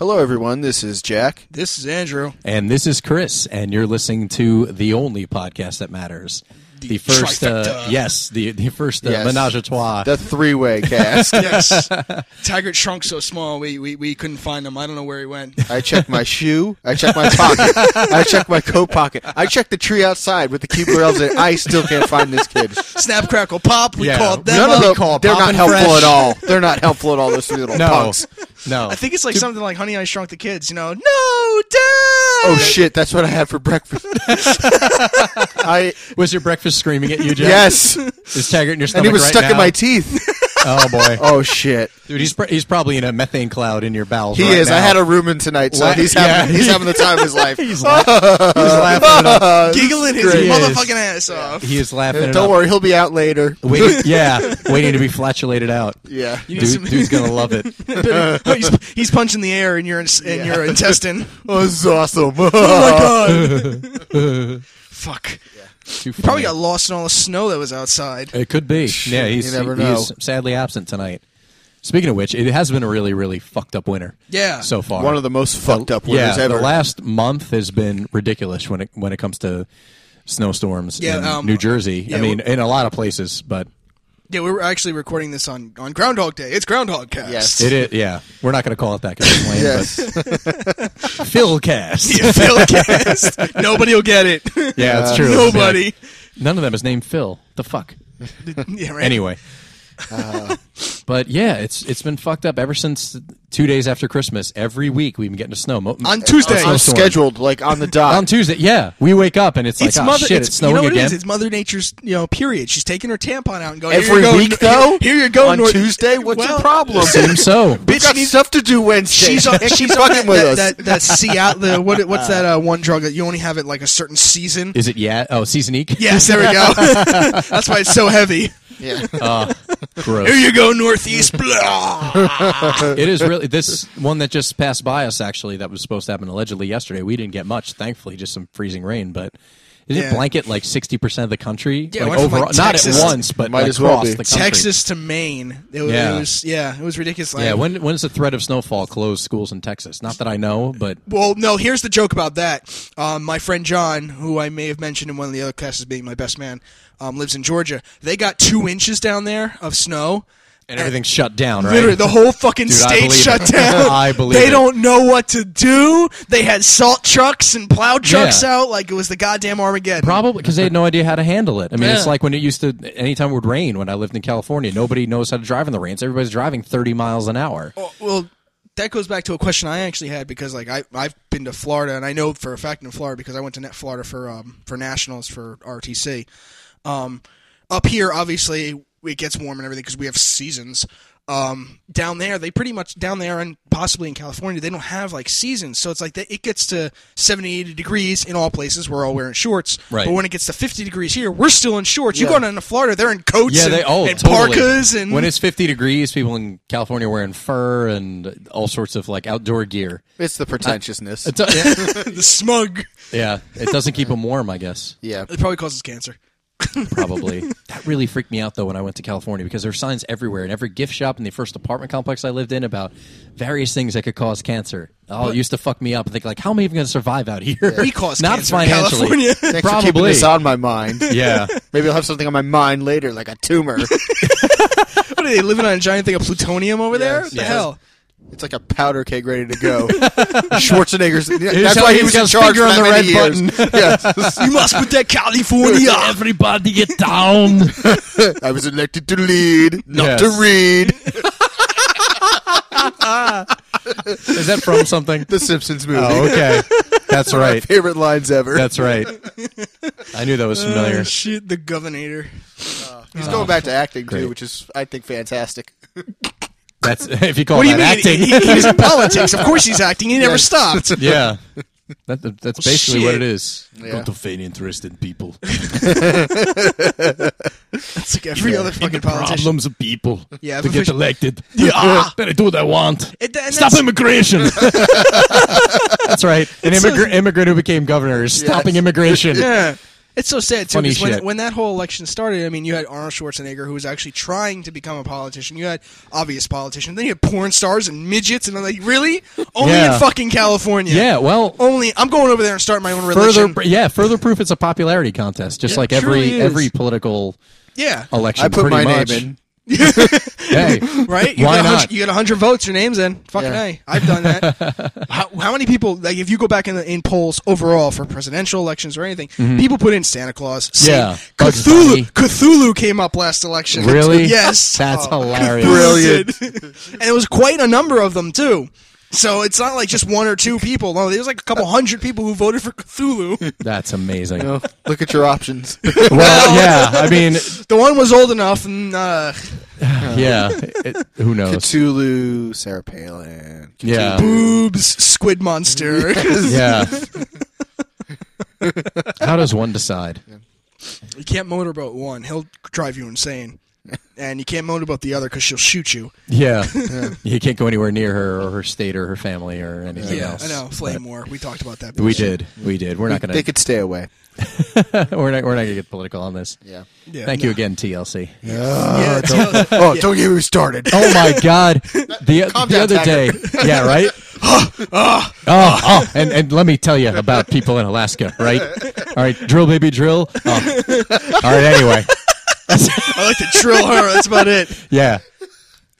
Hello, everyone. This is Jack. This is Andrew. And this is Chris, and you're listening to the only podcast that matters. The, first, uh, trifecta. yes, the the first uh, Yes. menage a trois. The three way cast. Yes. Taggart shrunk so small, we, we, we couldn't find him. I don't know where he went. I check my shoe. I check my pocket. I check my coat pocket. I check the tree outside with the cute girls. And I still can't find this kid. Snap, crackle, pop. We Yeah. called them None up. of them. call it they're not Poppin' helpful Fresh. at all. They're not helpful at all. Those three little no, punks. no. I think it's like something like Honey, I Shrunk the Kids. You know, no, Dad. Oh shit! That's what I had for breakfast. I was your breakfast screaming at you, Jack? yes, Is Taggart in your stomach and it was right stuck in now? my teeth. Oh boy, Oh shit! dude, he's pr- he's probably in a methane cloud in your bowels. He right is. I now. had a room in tonight, so What? he's having Yeah. he's having the time of his life. Uh, He's, la- he's laughing. It up. giggling his Great. motherfucking ass off. He is laughing. it Don't up. worry, he'll be out later. Waiting, yeah, waiting to be flatulated out. Yeah. You need Dude, some- dude's gonna love it. Oh, he's, he's punching the air in your ins- in your intestine. Oh, this is awesome. Fuck. Too funny. Probably got lost in all the snow that was outside. It could be. Yeah, he's, you never he- he's know. sadly absent tonight. Speaking of which, it has been a really, really fucked up winter. Yeah. so far One of the most fucked up winters yeah, ever. The last month has been ridiculous when it when it comes to snowstorms Yeah, in um, New Jersey. yeah, I mean, in a lot of places, but Yeah, we were actually recording this on, on Groundhog Day. It's Groundhog Cast. Yes. it is. Yeah, we're not going to call it that because it's lame. yes. But Philcast. Yeah, Philcast. Nobody will get it. Uh, yeah, that's true. Nobody. None of them is named Phil. The fuck. Yeah, right. Anyway. Uh, but yeah, it's it's been fucked up ever since two days after Christmas. Every week we've been getting a snow mo- On Tuesday. I'm snowstorm. scheduled, like on the dot. on Tuesday. Yeah, we wake up and it's, It's like, oh mother. shit, it's, it's, snowing you know what again. It is? It's Mother Nature's you know period. She's taking her tampon out and going Every here you go, week, Nor- though? Here, here you go On Nor- Tuesday? What's your Well, problem? Seems so. We've got Bitch needs- stuff to do Wednesday. She's on. And keep She's on fucking that, with that, us. that that Seattle. What, what's that uh, one drug that you only have it like a certain season? Is it yeah? Oh, seasonique. Yes, there we go. That's why it's so heavy. yeah. Uh, Here gross. you go, Northeast. Blah. it is really this one that just passed by us. Actually, that was supposed to happen allegedly yesterday. We didn't get much, thankfully, just some freezing rain. But is Yeah. it blanket like sixty percent of the country? Yeah, it like went from, like, overall, not at Texas- once, but Might like, as well across be. the country. Texas to Maine. It, was- Yeah. it was yeah, it was ridiculous. Yeah, Like, when when does the threat of snowfall close schools in Texas? Not that I know, but Well, no. Here's the joke about that. Um, my friend John, who I may have mentioned in one of the other casts as being my best man, um, lives in Georgia. They got two inches down there of snow. and everything's shut down, right? Literally, the whole fucking Dude, I state believe shut it. down. I believe they it. don't know what to do. They had salt trucks and plow trucks Yeah. out like it was the goddamn Armageddon. Probably because they had no idea how to handle it. I mean, it's Yeah. like when it used to. Anytime it would rain, when I lived in California, nobody knows how to drive in the rain. So everybody's driving thirty miles an hour. Well- Well, that goes back to a question I actually had because like I I've been to Florida and I know for a fact in Florida because I went to Net Florida for um for nationals for RTC. Um, up here obviously it gets warm and everything because we have seasons. Um, down there they pretty much down there and possibly in California they don't have like seasons, so it's like that it gets to 70, 80 degrees in all places. We're all wearing shorts, Right. But when it gets to fifty degrees here, we're still in shorts. You Yeah. go down to Florida, they're in coats, Yeah, and, they oh and totally. parkas, and when it's fifty degrees, people in California wearing fur and all sorts of like outdoor gear. It's the pretentiousness. It do- the smug, yeah, it doesn't keep them warm, I guess. yeah. it probably causes cancer. Probably that really freaked me out though when I went to California because there were signs everywhere in every gift shop in the first apartment complex I lived in about various things that could cause cancer. Oh, it used to fuck me up and think like, how am I even going to survive out here? We cause not cancer in financially, California. Thanks for keeping probably. this on my mind. Yeah, Maybe I'll have something on my mind later, like a tumor. What are they living on a giant thing of plutonium over there? What the yes. hell? it's like a powder keg ready to go. Schwarzenegger's. That's how why he's he was got in his charge finger for on that many the red years. Yes. You must put that California up. everybody get down. I was elected to lead, not Yes. to read. Is that from something? The Simpsons movie. Oh, okay, that's right. Favorite lines ever. That's right. I knew that was familiar. Oh, shit, the governor. He's going back to acting Oh, great. too, which is I think fantastic. That's if you call What do that you mean? acting. He, he was in politics. Of course he's acting. He never stopped. yeah. That, that- that's basically what shit. it is. Yeah. Got to feign interest in people. It's like every other fucking politician. of people. Yeah, to get official- elected. Yeah. Then I do what I want. It- and Stop that's- immigration. that's right. An immigrant, immigrant who became governor is stopping immigration. Yeah. It's so sad too. Funny 'cause When, shit. when that whole election started, I mean, you had Arnold Schwarzenegger who was actually trying to become a politician. You had obvious politicians. Then you had porn stars and midgets, and I'm like, really? Only Yeah. in fucking California. Yeah, well, Only I'm going over there and starting my own further, Oh, religion. pr- yeah, further proof it's a popularity contest, just Yeah, like it every truly is. every political yeah. election. I put pretty my much. name in. Hey, Right? You Why get a hundred- not? You get 100 votes, your name's in. Fucking Yeah. A. I've done that. how, how many people, like, if you go back in, the, in polls overall for presidential elections or anything, people put in Santa Claus. Mm-hmm. Yeah. Bugs Bunny. Cthulhu, Cthulhu came up last election. really? yes. Oh. that's hilarious. Brilliant. and it was quite a number of them, too. So it's not like just one or two people. No, there's like a couple hundred people who voted for Cthulhu. That's amazing. You know, Oh, look at your options. Well, yeah, I mean, the one was old enough, and uh, yeah, it- who knows? Cthulhu, Sarah Palin. Yeah, boobs, squid monster. yeah. How does one decide? You can't motorboat one; he'll drive you insane, and you can't motorboat the other because she'll shoot you. Yeah. you can't go anywhere near her or her state or her family or anything Yeah, else. I know. Flame War. We talked about that. We did, we did. We're not gonna, They could stay away. we're not, we're not gonna get political on this. Yeah. Yeah, Thank no. you again, Uh, TLC. Yeah, tell- Oh, don't get me started. Oh my God! The, Calm the down, other Tiger. day, yeah, right. Ah, oh, oh, and and let me tell you about people in Alaska, right? All right, drill baby, drill. Oh. All right, anyway, I like to drill her. That's about it. yeah,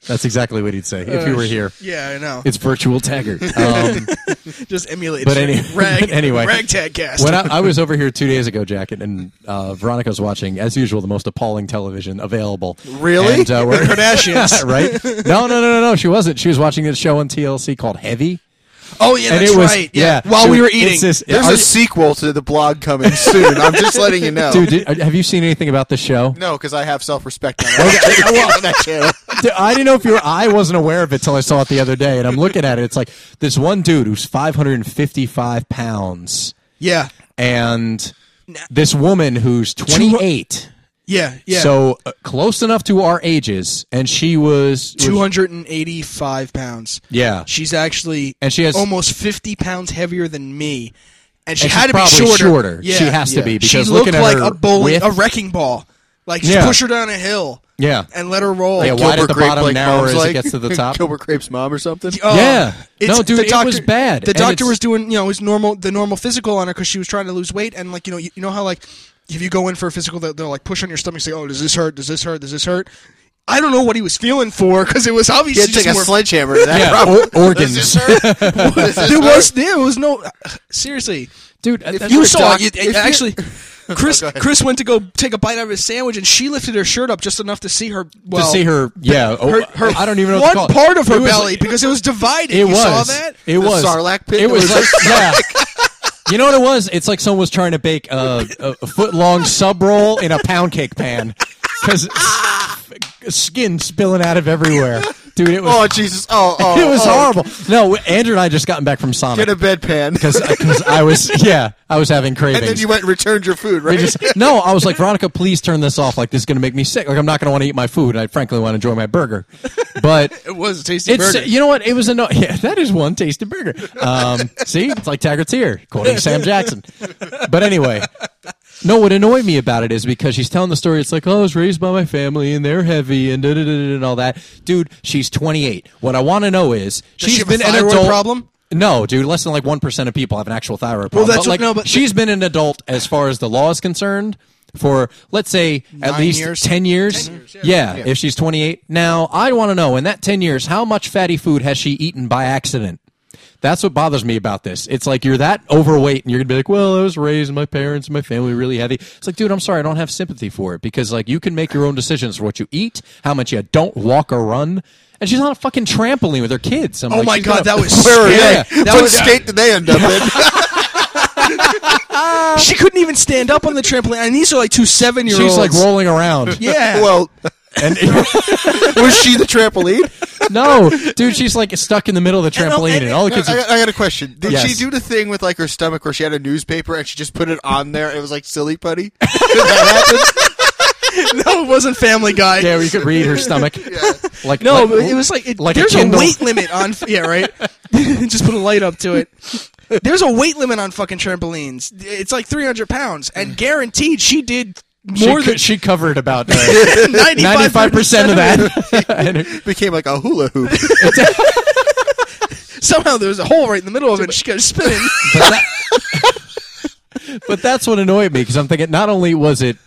that's exactly what he'd say if you were here. Yeah, I know. It's virtual Taggart. Um, Just emulate. But it. any- rag, but anyway. ragtag cast. when I, I was over here two days ago, Jack, and, and uh, Veronica was watching, as usual, the most appalling television available. Really? And, uh, we're, Kardashians. right? No, no, no, no, no. She wasn't. She was watching this show on TLC called Heavy. Oh yeah, And that's it was right. Yeah. While Dude, we were it's eating, this- There's are a you- sequel to the blog coming soon. I'm just letting you know. dude, did- have you seen anything about this show? No, because I have self respect. I want on that channel. Dude, I didn't know if you were. I wasn't aware of it till I saw it the other day, and I'm looking at it. It's like this one dude who's 555 pounds, yeah, and this woman who's 28. yeah, yeah. So uh, close enough to our ages, and she was, was- two hundred and eighty-five pounds. Yeah, She's actually And she has- almost fifty pounds heavier than me, and she And had she's to be probably shorter. shorter. Yeah. She has to Yeah. be because she looked looking at like her a bowling, width- a wrecking ball. Like Yeah. push her down a hill. Yeah. and let her roll. Yeah, why did the Gilbert Grape bottom like narrow mom's as it like- gets to the top? Gilbert Grape's mom or something. Oh, Yeah. it's- No, dude, the it doctor, was bad. The And doctor it's- was doing, you know, his normal, the normal physical on her because she was trying to lose weight, and like, you know, you, you know how like, if you go in for a physical, they'll, they'll like push on your stomach, say, "Oh, does this hurt? Does this hurt? Does this hurt?" I don't know what he was feeling for because it was You obviously had to take a just more. sledgehammer to that Yeah, problem. or- organs. Does this hurt? Does this there hurt? was there was no seriously. dude. If you You were saw doc- it. if you- Oh, You, actually, Chris Chris went to go take a bite out of his sandwich, and she lifted her shirt up just enough to see her. Well, to see her, yeah, oh, her- her- I don't even know what one to call it. part of her It was- belly because it was divided. It you was. saw that? It was Sarlacc pit? It was, It was like yeah. You know what it was? It's like someone was trying to bake a, a, a foot long sub roll in a pound cake pan because skin spilling out of everywhere, dude. It was Oh Jesus! Oh, oh it was oh. horrible. No, Andrew and I just gotten back from Sonic Get a bedpan. because I was yeah I was having cravings. and then you went and returned your food, right? They just- no, I was like, Veronica, please turn this off. Like, this is going to make me sick. Like, I'm not going to want to eat my food. I frankly want to enjoy my burger. But It was a tasty it's, burger. you know what? It was a no. Yeah, that is one tasty burger. Um, see, it's like Taggart's here, quoting Sam Jackson. But anyway, no, what annoyed me about it is because she's telling the story. It's like, oh, I was raised by my family and they're heavy and da da da da and all that. Dude, she's 28. What I want to know is she she's have a been an thyroid adult problem? No, dude, less than like one percent of people have an actual thyroid problem. that's but, what- like, no, but- she's been an adult as far as the law is concerned for let's say at Nine least years? 10 years. yeah, if she's 28. Now, I want to know in that 10 years, how much fatty food has she eaten by accident? That's what bothers me about this. It's like you're that overweight and you're going to be like, well, I was raised, my parents, my family were really heavy. It's like, dude, I'm sorry, I don't have sympathy for it because, like, you can make your own decisions for what you eat, how much you don't walk or run. And she's on a fucking trampoline with her kids. I'm oh like, my she's god, that gonna- was Where are scary. Yeah. they? That what was- state did they end up in? she couldn't even stand up on the trampoline, and these are like two seven year olds. She's like rolling around. yeah. well, And was she the trampoline? no, dude, she's like stuck in the middle of the And all- trampoline, and- and all the I, kids are got- I got a question. Did she Yes. do the thing with like her stomach where she had a newspaper and she just put it on there? It was like silly putty. Did that happen? no, it wasn't Family Guy. Yeah, where you could read her stomach. Like no, like- but it was like, it, like a there's a, Kindle. weight limit on. Yeah, right. Just put a light up to it. There's a weight limit on fucking trampolines. It's like 300 pounds, and guaranteed she did more she, co- than she covered about uh, 95 ninety-five percent of that. And- Became like a hula hoop. Somehow there was a hole right in the middle of it. and She kept spinning. but that's what annoyed me because I'm thinking not only was it,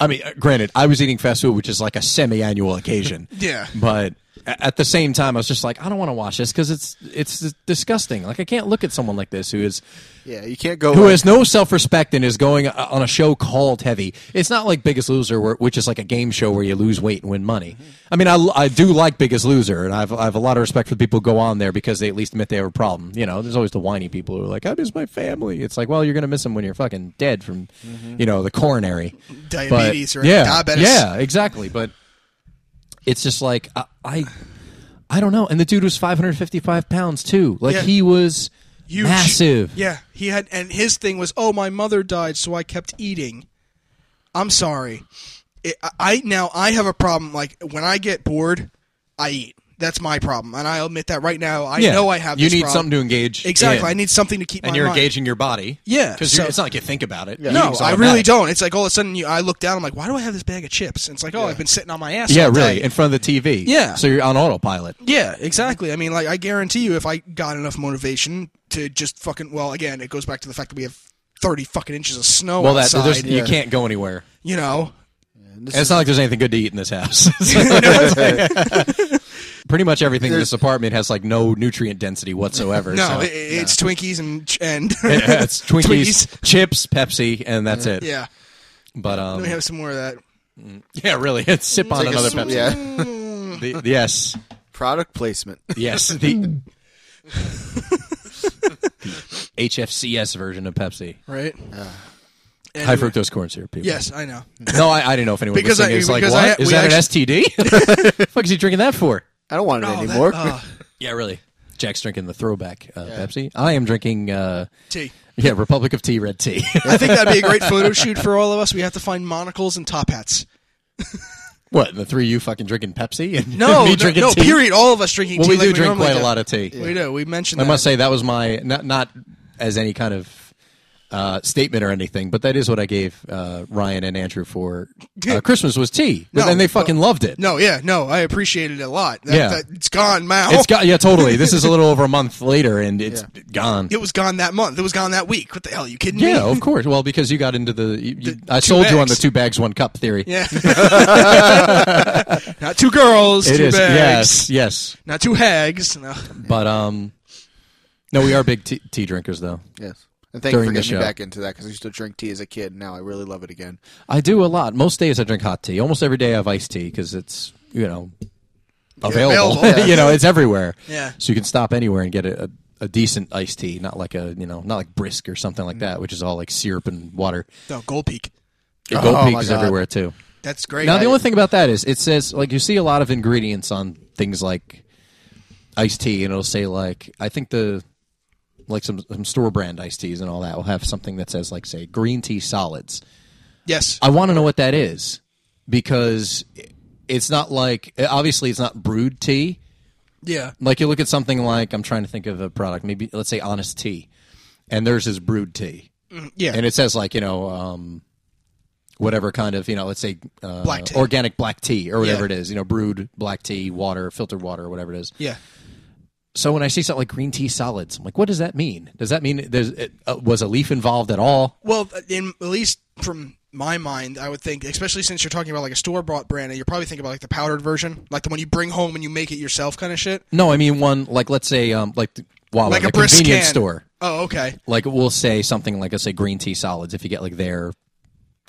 I mean, uh, granted, I was eating fast food, which is like a semi-annual occasion. Yeah. But a- at the same time, I was just like, I don't want to watch this because it's it's disgusting. Like, I can't look at someone like this who is yeah, you can't go. who like- has no self-respect and is going uh, on a show called Heavy. It's not like Biggest Loser, where, which is like a game show where you lose weight and win money. Mm-hmm. I mean, I, I do like Biggest Loser, and I've I have a lot of respect for the people who go on there because they at least admit they have a problem. You know, there's always the whiny people who are like, "I miss my family." It's like, well, you're gonna miss them when you're fucking dead from, you know, the coronary But- Mm-hmm. Diabetes or diabetes. Yeah, exactly. But it's just like I. I I don't know, and the dude was 555 pounds too. Like Yeah. he was Huge. massive. Yeah, he had, and his thing was, oh, my mother died, so I kept eating. I'm sorry. It, I- I now I have a problem. Like when I get bored, I eat. That's my problem, and I'll admit that right now. I Yeah. know I have. You this need problem. something to engage. Exactly, in. I need something to keep. and my you're mind. engaging your body. Yeah, because so- it's not like you think about it. No, It's I automatic. really don't. It's like all of a sudden you, I look down. I'm like, why do I have this bag of chips? And it's like, oh, I've been sitting on my ass. Yeah, all day. really, in front of the TV. Yeah. so you're on autopilot. Yeah, exactly. I mean, like, I guarantee you, if I got enough motivation to just fucking, well, again, it goes back to the fact that we have thirty fucking inches of snow Well, that outside. there's you, you can't go anywhere. know, And it's not like there's anything good to eat in this house. Pretty much everything in this apartment has like no nutrient density whatsoever. no, so- i- i- it's Twinkies and and Yeah, it's Twinkies, chips, Pepsi, and that's it. yeah, But um, let me have some more of that. yeah, really, it's sip on Take a another sw- Pepsi. Yeah, The- yes, product placement. yes, the, the HFCS version of Pepsi, Right. Anyway. high fructose corn syrup. People. Yes, I know. No, I, I didn't know if anyone Because because I- listening is like, because what? I- is we that actu- an STD? the fuck is he drinking that for? I don't want it Oh, that- anymore. uh, Yeah, really. Jack's drinking the throwback uh, Pepsi. I am drinking, uh, tea. yeah, Republic of Tea red tea. I think that'd be a great photo shoot for all of us. We have to find monocles and top hats. what? The three of you fucking drinking Pepsi and No, me no, drinking no, tea. period. All of us drinking Well, tea. we like do drink normally quite do. a lot of tea. We do. We mentioned I that. must say that was my not not as any kind of uh, statement or anything, but that is what I gave uh, Ryan and Andrew for uh, Christmas was tea, No, and they no. fucking loved it. No, yeah, no, I appreciated it a lot. That, Yeah. that, it's gone now. It's got yeah, totally. This is a little over a month later, and it's gone. it was gone that month. It was gone that week. What the hell? you kidding me? Yeah, oh. of course. Well, because you got into the, you, you- I two sold you on the bags. two bags, one cup theory. Yeah. Not two girls, It two is. bags. Yes, yes. Not two hags. No. But um, no, we are big tea, tea drinkers, though. Yes. And thank you for During the getting me show. back into that because I used to drink tea as a kid. and Now I really love it again. I do a lot. Most days I drink hot tea. Almost every day I have iced tea because it's you know available. available. you know, it's everywhere. Yeah. So you can stop anywhere and get a, a, a decent iced tea, not like a you know, not like brisk or something like that, which is all like syrup and water. No, Gold Peak. The Gold Oh, Peak my is God. everywhere too. That's great. Now the only thing about that is it says like you see a lot of ingredients on things like iced tea, and it'll say like I think the like some, some store brand iced teas and all that will have something that says like say green tea solids. yes. I want to know what that is because it's not like obviously it's not brewed tea. yeah. Like you look at something like I'm trying to think of a product, maybe let's say Honest Tea, and theirs is brewed tea, Mm, Yeah. and it says like you know um, whatever kind of you know let's say uh, Black tea. organic black tea or whatever Yeah. it is, you know brewed black tea, water, filtered water, or whatever it is. yeah. So when I see something like green tea solids, I'm like, what does that mean? Does that mean there's it, uh, was a leaf involved at all? Well, in, at least from my mind, I would think, especially since you're talking about like a store bought brand, you're probably thinking about like the powdered version, like the one you bring home and you make it yourself kind of shit. No, I mean one like let's say um, like the- wow, Like, like, a, a brisk convenience can. store. Oh, okay. like we'll say something like let's say green tea solids if you get like their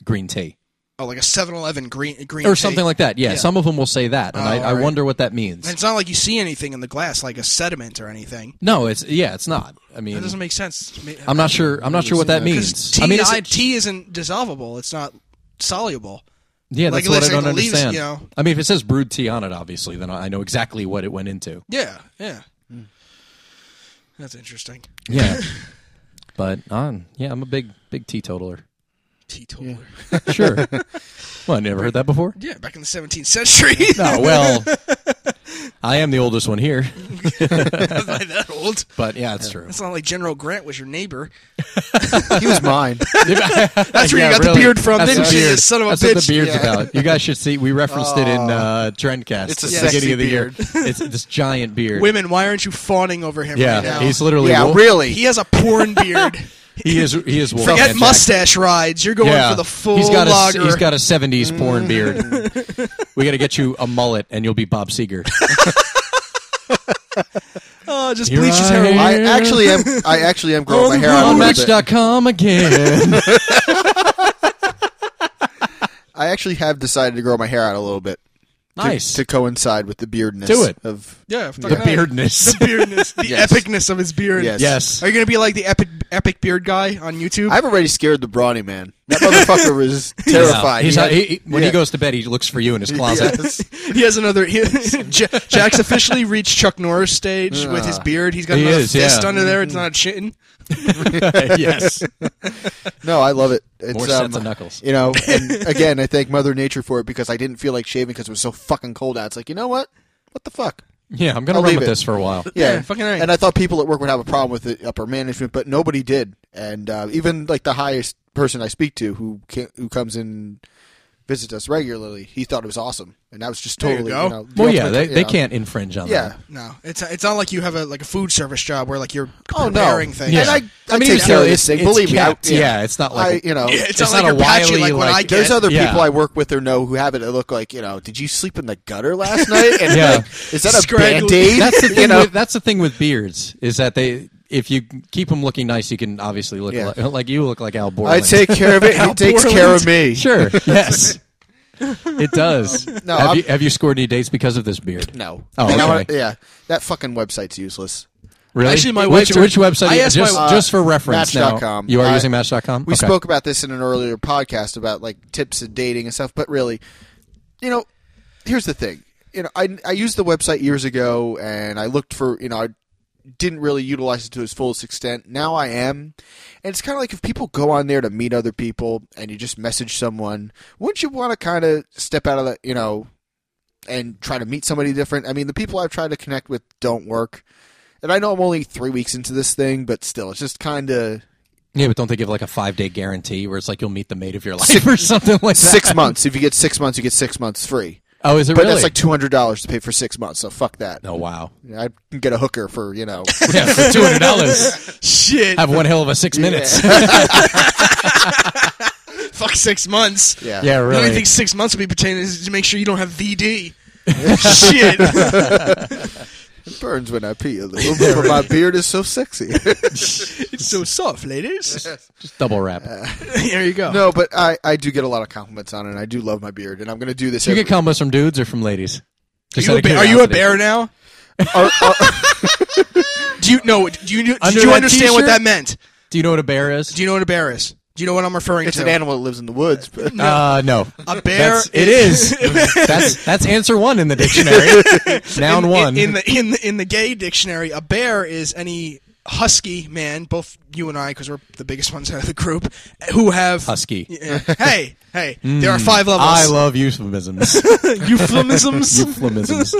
green tea Oh, like a 7 Eleven green, green or tea. something like that. Yeah, Yeah. some of them will say that, and I, I alright. wonder what that means. And it's not like you see anything in the glass, like a sediment or anything. no, it's yeah, it's not. I mean, That doesn't make sense. I'm not sure. I'm not sure what that means. tea, I mean, I- it's, tea isn't dissolvable. It's not soluble. yeah, that's like, what I like don't the leaves, understand. you know. I mean, if it says brewed tea on it, obviously, then I know exactly what it went into. Yeah, yeah. Hmm. That's interesting. Yeah, but on yeah, I'm a big big teetotaler. Teetotaler. Yeah. Sure. well, I never heard that before. back in the 17th century. No, well, Oh, I am the oldest one here, Am I that old? but yeah, it's true. It's not like General Grant was your neighbor. He was mine. That's where you got the beard from, That's didn't the you, you beard. son of a That's bitch? What the beard's Yeah. about. You guys should see. We referenced it in uh, Trendcast. It's a at the sexy beginning of the beard. year. It's this giant beard. Women, why aren't you fawning over him yeah, right now? he's literally. yeah, Wolf- really. he has a porn beard. He is. He is. Wolf Forget Man Jack. mustache rides. You're going for the full he's got lager. A, he's got a '70s Mm. porn beard. we got to get you a mullet, and you'll be Bob Seger. oh, just Here bleach his hair I away. am. I actually am. I actually am growing my hair out a on little bit. Match.com again. I actually have decided to grow my hair out a little bit. to- nice. to, coincide with the beardness. Do it. Of Yeah, the fucking hell. The beardness. beardness, the Yes. epicness of his beard. Yes. yes. Are you gonna be like the epic epic beard guy on YouTube? I've already scared the brawny man. That motherfucker was Yeah. terrified. He's He not- had- he- he- when yeah. he goes to bed, he looks for you in his closet. Yes. he has another. He, J- Jack's officially reached Chuck Norris stage with his beard. He's got He another is, fist yeah. under there. It's not a chin. yes. No, I love it. It's, um, More sets of knuckles. You know, and again, I thank Mother Nature for it because I didn't feel like shaving because it was so fucking cold out. It's like, you know what? What the fuck? Yeah, I'm gonna I'll run leave with it. this for a while. Yeah, Yeah, fucking right. And I thought people at work would have a problem with it, upper management, but nobody did. And uh, even like the highest person I speak to, who can, who comes in visits us regularly, he thought it was awesome, and that was just There you totally. go. you know, the Well, yeah, ultimate- they, you they know. can't infringe on Yeah. that. No, it's it's not like you have a like a food service job where like you're Oh no. preparing things. Yeah. And I, I, I mean, take it's- care of it's- this thing. it's Believe me, I- capped. Yeah, it's not like- I, you know. Yeah, it's, not It's like not you're a patchy wily, like what I like, get. There's other Yeah. people I work with or know who have it. They look like you know. Did you sleep in the gutter last night? And Yeah. like, is that a Scraggly. band aid? That's the thing. You know, with, that's the thing with beards is that they, if you keep them looking nice, you can obviously look Yeah. like, like you look like Al I Borland. take care of it. He takes care of me. sure. Yes, it does. no, have, I'm- you, have you scored any dates because of this beard? No. Oh, And I wanna- okay. yeah. That fucking website's useless. Really? Actually, my wife which, took- which website? I asked just, Uh, my- uh, just for reference now. Match.com. You are I- using Match.com. We Okay. spoke about this in an earlier podcast about like tips and dating and stuff, but really, you know, here's the thing. You know, I I used the website years ago and I looked for, you know, I didn't really utilize it to its fullest extent. Now I am. And it's kind of like if people go on there to meet other people and you just message someone, wouldn't you want to kind of step out of that, you know, and try to meet somebody different? I mean, the people I've tried to connect with don't work. And I know I'm only three weeks into this thing, but still, it's just kind of Yeah, but don't they give like a five day guarantee where it's like you'll meet the mate of your life or something like that? six months. If you get six months, you get six months free. Oh, is it But really? that's like two hundred dollars to pay for six months. So fuck that. oh wow. I can get a hooker for you know. Yeah, for two hundred dollars, Shit, have one hell of a six minutes. fuck six months. Yeah. Yeah, The only really. thing six months will be pertaining is to make sure you don't have VD. Shit, It burns when I pee a little bit, but my beard is so sexy. it's so soft, ladies. Just double wrap. Uh, there you go. no, but I I do get a lot of compliments on it. and I do love my beard, and I'm gonna do this. Do you every- get compliments from dudes or from ladies? Are Just you, a out of bear, are you a curiosity. bear now? Oh, Are- are- Do you know? Do you did Under you that understand what t-shirt? that meant? Do you know what a bear is? Do you know what a bear is? Do you know what I'm referring it's to? an animal that lives in the woods. But Uh, no. A bear. That's- it is. that's that's answer one in the dictionary. Noun in, one. in, in the in the in the gay dictionary. A bear is any husky man, both you and I, because we're the biggest ones out of the group, who have husky. Mm. Yeah. Hey, hey, there are five levels. I love euphemisms. euphemisms. euphemisms.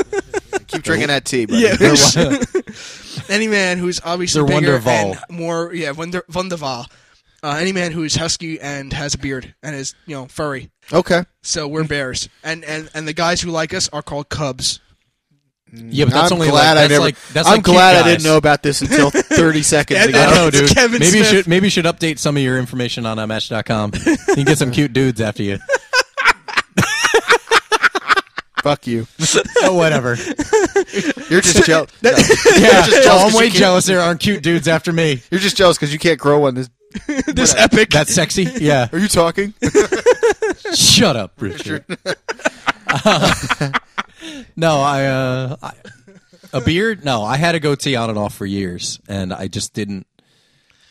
keep drinking that tea. Buddy. Yeah. They're wa- any man who's obviously They're bigger wonderful. and more, yeah, wonder, wonderful. Uh, any man who is husky and has a beard and is you know furry. Okay. So Mm. we're bears, and and and the guys who like us are called cubs. yeah, but that's I'm only glad like, I that's never. like that's I'm like cute glad I guys. didn't know about this until 30 seconds That- ago. I don't know, It's dude. Kevin maybe you Smith. should maybe you should update some of your information on uh, Match.com. You can get some cute dudes after you. Fuck you. Oh, whatever. You're just jealous. Yeah, just jealous Oh, 'cause I'm you way can't- jealous. There aren't cute dudes after me. You're just jealous because you can't grow one. This. This epic. That's sexy. Yeah. Are you talking? Shut up, Richard. Uh, no, I, uh, I a beard. No, I had a goatee on and off for years, and I just didn't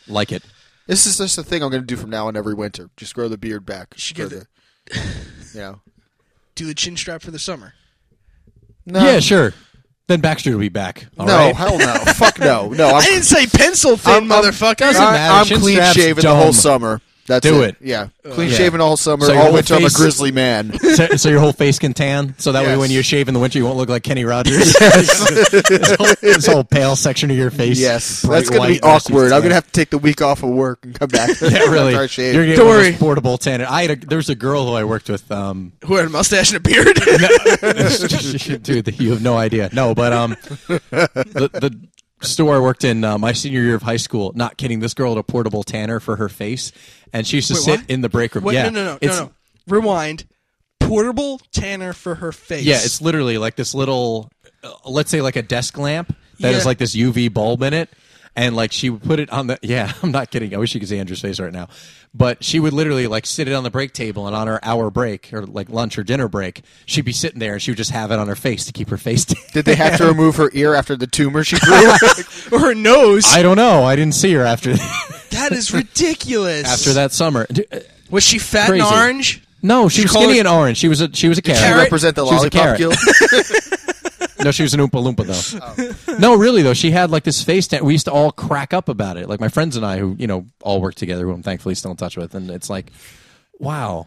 like it. This is just the thing I'm going to do from now on every winter. Just grow the beard back. should get further. You know. Do the chin strap for the summer. No. yeah, sure. Then Backstreet will be back. all Um, No, right? hell no. Fuck no. No, I I'm, didn't say pencil thin, I'm- I'm- motherfucker. doesn't I- matter. I'm Chin clean strap's shaven the whole dumb. summer. That's Do it. Uh, Yeah, clean shaven all summer, So your all whole winter. I'm a face- grizzly man. so, so your whole face can tan, so that way Yes. when you shave in the winter, you won't look like Kenny Rogers. this, whole, this whole pale section of your face. yes, bright that's gonna be white versus awkward. I'm tan. gonna have to take the week off of work and come back. Yeah, really. After I shave. You're getting Don't one of those worry. portable tanner. I had a, there was a girl who I worked with. Um, Who had a mustache and a beard? dude, you have no idea. No, but um, the, the store I worked in uh, my senior year of high school. Not kidding. This girl had a portable tanner for her face, and she used to Wait, sit what? in the break room. Wait, no, yeah, no, no, it's, no, no. Rewind. Portable tanner for her face. Yeah, it's literally like this little, uh, let's say like a desk lamp that is Yeah. like this UV bulb in it. And like she would put it on the, yeah, I'm not kidding. I wish you could see Andrew's face right now. But she would literally like sit it on the break table and on her hour break or like lunch or dinner break, she'd be sitting there and she would just have it on her face to keep her face. down. Did they have to remove her ear after the tumor she grew? or her nose. I don't know. I didn't see her after that is ridiculous. after that summer. D- uh, was she fat Crazy. and orange? No, she was call skinny her- and orange. She was a she was a carrot. to carrot? represent the She was a lollipop carrot. guild. No, she was an Oompa Loompa Oh. though. No, really though, she had like this face tan. We used to all crack up about it. Like my friends and I, who you know all work together, who I'm thankfully still in touch with, and it's like, wow,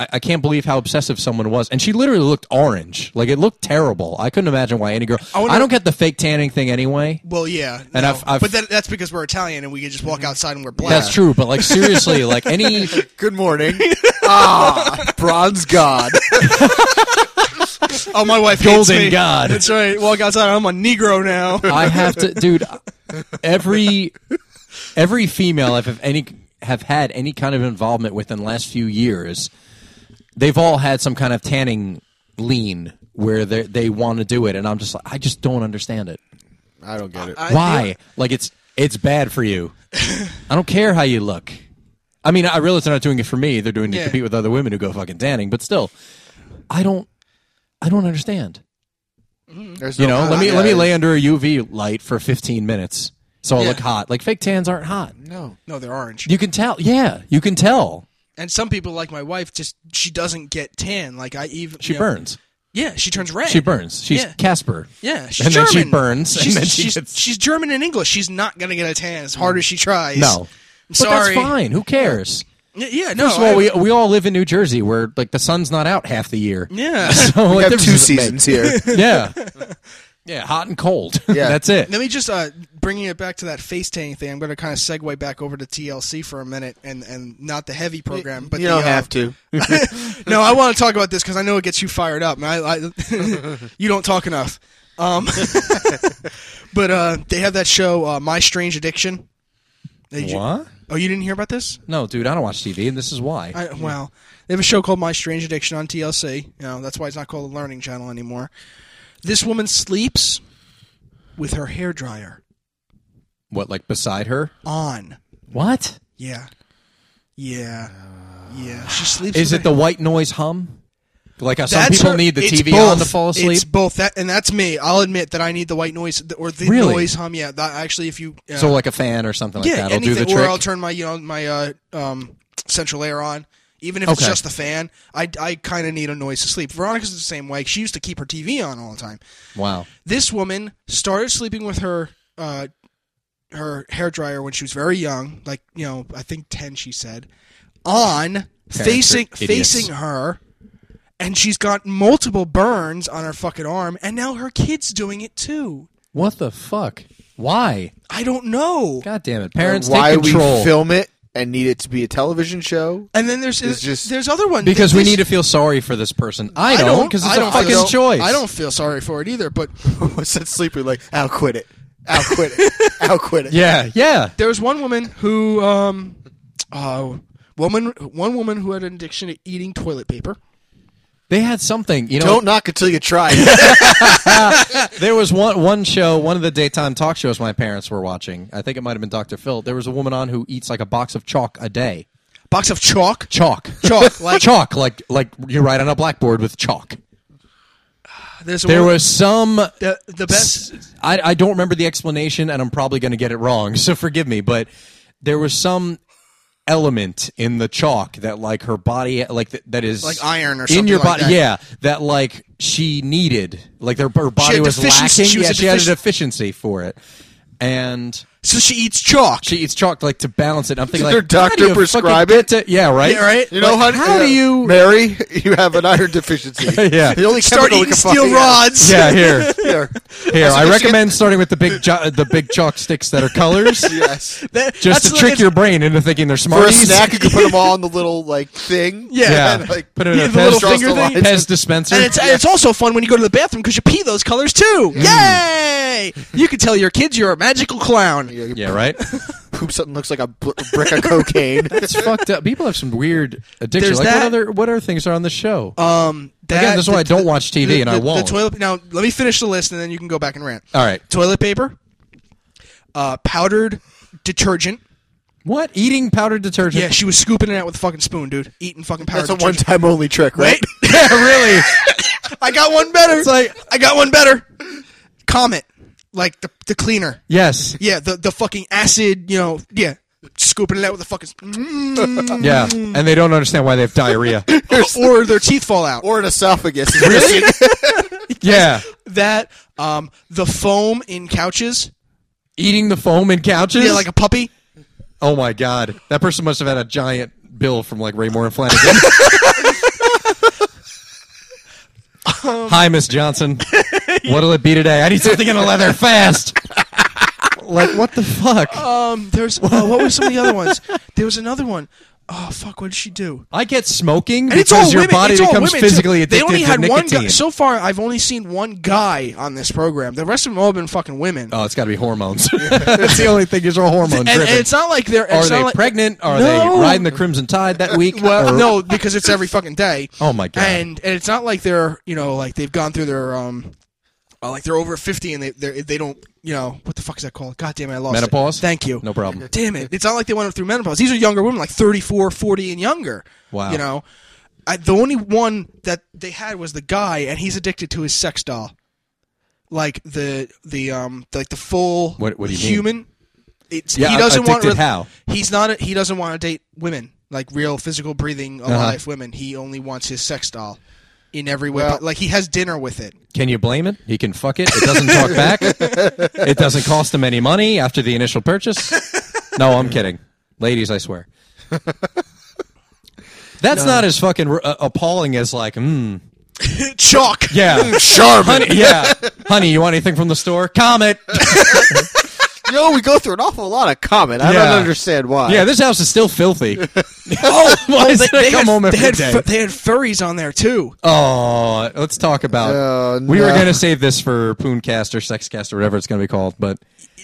I, I can't believe how obsessive someone was. And she literally looked orange. Like it looked terrible. I couldn't imagine why any girl. I, wonder- don't get the fake tanning thing anyway. Well, yeah. And no. I've- I've- but that, that's because we're Italian and we can just walk outside and we're black. That's true, but like seriously, like any Good morning. ah, bronze god. Oh, my wife hates Golden me. God. That's right. Walk outside. I'm a Negro now. I have to, dude. Every every female I've have any have had any kind of involvement with in the last few years, they've all had some kind of tanning lean where they they want to do it, and I'm just like, I just don't understand it. I don't get it. I- Why? Like it's it's bad for you. I don't care how you look. I mean, I realize they're not doing it for me. They're doing it Yeah. to compete with other women who go fucking tanning, but still, I don't I don't understand. There's Uh-uh. You no- know, let me yeah, let me it's- lay under a UV light for 15 minutes, so I will Yeah. look hot. Like fake tans aren't hot. No. No, they're orange. You can tell. Yeah, you can tell. and some people, like my wife, just she doesn't get tan. Like I even She you know- burns. Yeah, she turns red. She burns. She's Yeah. Casper. Yeah, she's and German. then she burns. She's, and then she she's, gets. she's German and English. She's not gonna get a tan as hard as she tries. No, I'm but that's sorry. fine. Who cares? Y- Yeah, no. First of all, I- we we all live in New Jersey where like the sun's not out half the year. yeah. So We what have difference two does it make? seasons here. Yeah. Yeah, hot and cold. Yeah. that's it. Let me just uh, bringing it back to that face tanning thing. I'm going to kind of segue back over to TLC for a minute, and and not the heavy program, but you the, don't uh, have to. no, I want to talk about this because I know it gets you fired up, and I, I you don't talk enough. Um, but uh, they have that show, uh, My Strange Addiction. Did you- What? oh, you didn't hear about this? No, dude, I don't watch TV, and this is why. I, well, they have a show called My Strange Addiction on TLC. You know, that's why it's not called the Learning Channel anymore. This woman sleeps with her hair dryer what, like beside her? on. What? Yeah. Yeah. Yeah. She sleeps. Is with it her- the white noise hum? Like uh, some That's people her- need the it's TV on both. to fall asleep. It's both that, and that's me. I'll admit that I need the white noise th- or the Really? noise hum. Yeah. That actually, if you uh, So like a fan or something like yeah, that'll do anything, the or trick. I'll turn my you know my uh, um, central air on. Even if it's Okay. just the fan, I, I kind of need a noise to sleep. Veronica's the same way. She used to keep her TV on all the time. wow. this woman started sleeping with her uh, her hair dryer when she was very young, like you know, I think ten. She said, on facing are idiots. facing her, and she's got multiple burns on her fucking arm, and now her kid's doing it too. What the fuck? Why? I don't know. God damn it. Uh, Parents Why take we control. film it and need it to be a television show? And then there's It's just- there's other ones because we This- need to feel sorry for this person. I I don't because I it's a don't fucking feel- choice. I don't feel sorry for it either, but What's that sleeper like? I'll quit it. I'll quit it. I'll quit it. Yeah, yeah. there was one woman who um uh woman one woman who had an addiction to eating toilet paper. They had something, you know. Don't knock it till you try. There was one one show, one of the daytime talk shows my parents were watching. I think it might have been Dr. Phil. There was a woman on who eats like a box of chalk a day. Box of chalk. Chalk. Chalk, like- chalk, like like you write on a blackboard with chalk. There's There one- was some the, the best. I, I don't remember the explanation, and I'm probably going to get it wrong, so forgive me. But there was some element in the chalk that, like, her body, like th- that is Like iron or in something your like body. that. Yeah, that like she needed, like their her body was deficiency- lacking. she was yeah, a she had a defici- deficiency for it, and So she eats chalk. She eats chalk like to balance it. I'm thinking Did like, their how do doctor you fucking prescribe get to- yeah, right. Yeah, right? You know, Like, honey, how uh, do you? Mary? You have an iron deficiency. Yeah. the only Start chemical we eating can find- steel rods. Yeah, here, Yeah. Here. here. guess I you recommend starting with the big, jo- the big chalk sticks that are colors, Yes. That- just that's to like- trick your brain into thinking they're For a smarties. snack, you can put them all on the little like thing. Yeah. Yeah, And, like, put it in you a have the little Pez, finger thing? Pez dispenser. And it's, and it's also fun when you go to the bathroom because you pee those colors too. Yay! You can tell your kids you're a magical clown. you yeah, right. poop something looks like a bl- brick of cocaine. It's fucked up. People have some weird There's addictions. Like that. what other what other things are on the show? Um, that, Again, that's why the- I don't watch TV the- and the- I the won't. toilet- now, let me finish the list and then you can go back and rant. All right. Toilet paper, uh, powdered detergent. What eating powdered detergent? Yeah, she was scooping it out with a fucking spoon, dude. Eating fucking powdered That's a detergent. one-time only trick, right? Wait, yeah, really. I got one better. It's like- I got one better. Comet, like the the cleaner. Yes. Yeah, the the fucking acid. You know, yeah, scooping it out with a fucking. sp- Mm. Yeah, and they don't understand why they have diarrhea. or their teeth fall out. Or an esophagus. is missing. yeah, that um the foam in couches. eating the foam in couches. Yeah, like a puppy. oh my god, that person must have had a giant bill from like Raymore and Flanagan. Um, Hi, Miss Johnson. What'll it be today? I need something in a leather fast. like what the fuck? Um, there's oh, what were some of the other ones? There was another one. Oh fuck, what did she do? I get smoking And it's all because your women. body it's all becomes women, too. physically addicted They only to had one nicotine. guy. So far, I've only seen one guy on this program. The rest of them all have been fucking women. oh, it's got to be hormones. That's the only thing. Is all hormone and, driven. and it's not like they're. Are it's not they like- pregnant? Are No. they riding the Crimson Tide that week? Well, Or- no, because it's every fucking day. Oh my God. And and it's not like they're you know like they've gone through their um. uh, like they're over fifty and they they're- they don't you know what the fuck is that called? God damn it, I lost it. Menopause? Thank you. No problem. Damn it! It's not like they went through menopause. These are younger women, like 34, 40 and younger. Wow. You know, I, the only one that they had was the guy, and he's addicted to his sex doll, like the the um like the full What- what do you mean? human. It's, Yeah, he doesn't want addicted how? he's not a, he doesn't want to date women like real physical breathing Uh-huh. alive women. He only wants his sex doll in every way. Well- but, like he has dinner with it. Can you blame it? He can fuck it. It doesn't talk back. It doesn't cost him any money after the initial purchase. No, I'm kidding. Ladies, I swear. That's not as fucking uh, appalling as like, mm, Chalk. yeah, Charmin. honey, yeah, honey. You want anything from the store? Comet. You know, we go through an awful lot of comment. I Yeah. don't understand why. Yeah, this house is still filthy. Oh, Why oh, does they, that they come had, home they every had day? fu- they had furries on there too. Oh, let's talk about. Oh, We were no. gonna save this for Pooncast or Sexcast or whatever it's gonna be called, but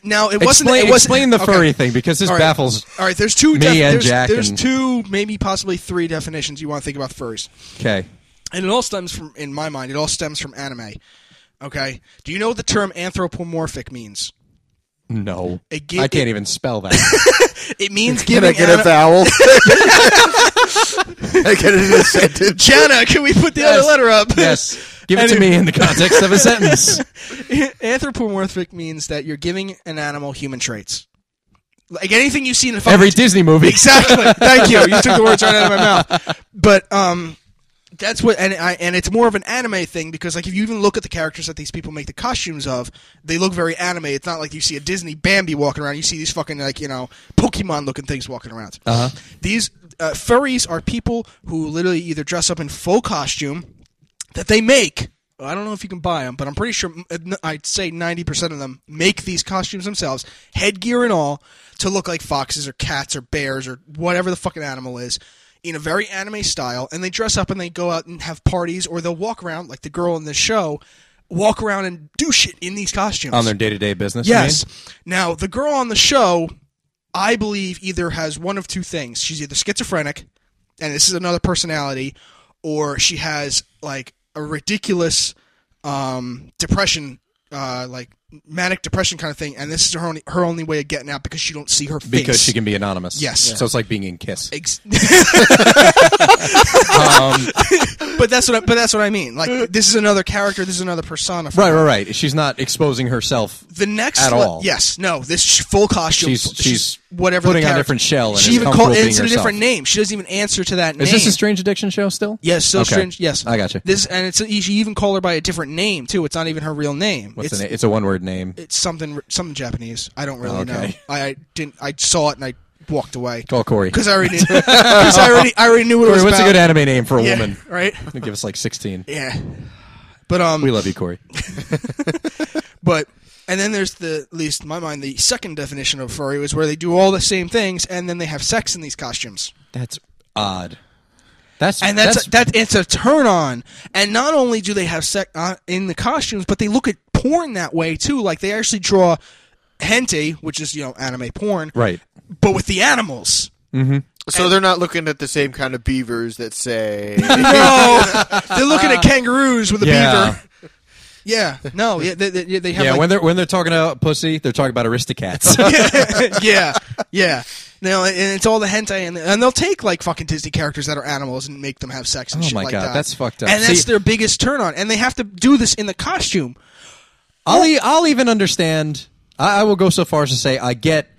Now it wasn't. explain, it wasn't explain the okay. furry thing because this All right. baffles. All right, there's two. Me def- and there's, Jack There's and- two, maybe possibly three definitions you want to think about furries, Okay, and it all stems from, in my mind, it all stems from anime. Okay, do you know what the term anthropomorphic means? no, It gi- I can't it- even spell that. It means Can I giving. get ana- a vowel? Can I get it in a sentence? Jenna, can we put the Yes. other letter up? yes, give it to me in the context of a sentence. anthropomorphic means that you're giving an animal human traits, like anything you see in a fucking Every Disney movie. Exactly. Thank you. You took the words right out of my mouth. But um, that's what, and I, and it's more of an anime thing because like if you even look at the characters that these people make the costumes of, they look very anime. It's not like you see a Disney Bambi walking around. You see these fucking like you know Pokemon looking things walking around. Uh-huh. These uh, furries are people who literally either dress up in full costume that they make. I don't know if you can buy them, but I'm pretty sure uh, n- I'd say 90% of them make these costumes themselves, headgear and all, to look like foxes or cats or bears or whatever the fucking animal is in a very anime style. And they dress up and they go out and have parties or they'll walk around, like the girl in the show, walk around and do shit in these costumes. On their day to day business. you Yes. mean? Now, the girl on the show, I believe, either has one of two things. She's either schizophrenic, and this is another personality, or she has like a ridiculous um, depression, uh, like manic depression kind of thing, and this is her only, her only way of getting out because you don't see her face. Because she can be anonymous. Yes. Yeah. So it's like being in Kiss. Ex- Um, but that's what I, but that's what I mean. Like this is another character. This is another persona. for right, her. right, right. She's not exposing herself. The next At le- all. yes, no. This sh- full costume. She's she's whatever. Putting the on a character- different shell and she it's even comfortable called. being It's in a herself. different name. She doesn't even answer to that name. Is this a strange addiction show still? Yes, so Okay. strange. Yes, I got you. This and it's you even call her by a different name too. It's not even her real name. What's it's, the name? It's a one word name. It's something something Japanese. I don't really Oh, okay. know. I, I didn't. I saw it and I walked away Call Corey. because I already because I already I already knew what it Corey, was what's a about. good anime name for a Yeah, woman? right? Give us like 16. Yeah, but um, We love you, Corey. But and then there's the at least in my mind the second definition of furry was where they do all the same things and then they have sex in these costumes. That's odd. That's And that's, that it's a turn on. And not only do they have sex uh, in the costumes, but they look at porn that way too. Like they actually draw hente, which is you know anime porn, right. But with the animals. So they're not looking at the same kind of beavers that say No, they're looking at kangaroos with a Yeah. beaver. Yeah, no, yeah, they, they, they have Yeah, like, when they're when they're talking about pussy, they're talking about Aristocats. yeah, yeah. No, and it's all the hentai, and, and they'll take like fucking Disney characters that are animals and make them have sex and Oh shit my like God, that. that's fucked up. And that's See- their biggest turn on, and they have to do this in the costume. I'll e- I'll even understand. I, I will go so far as to say I get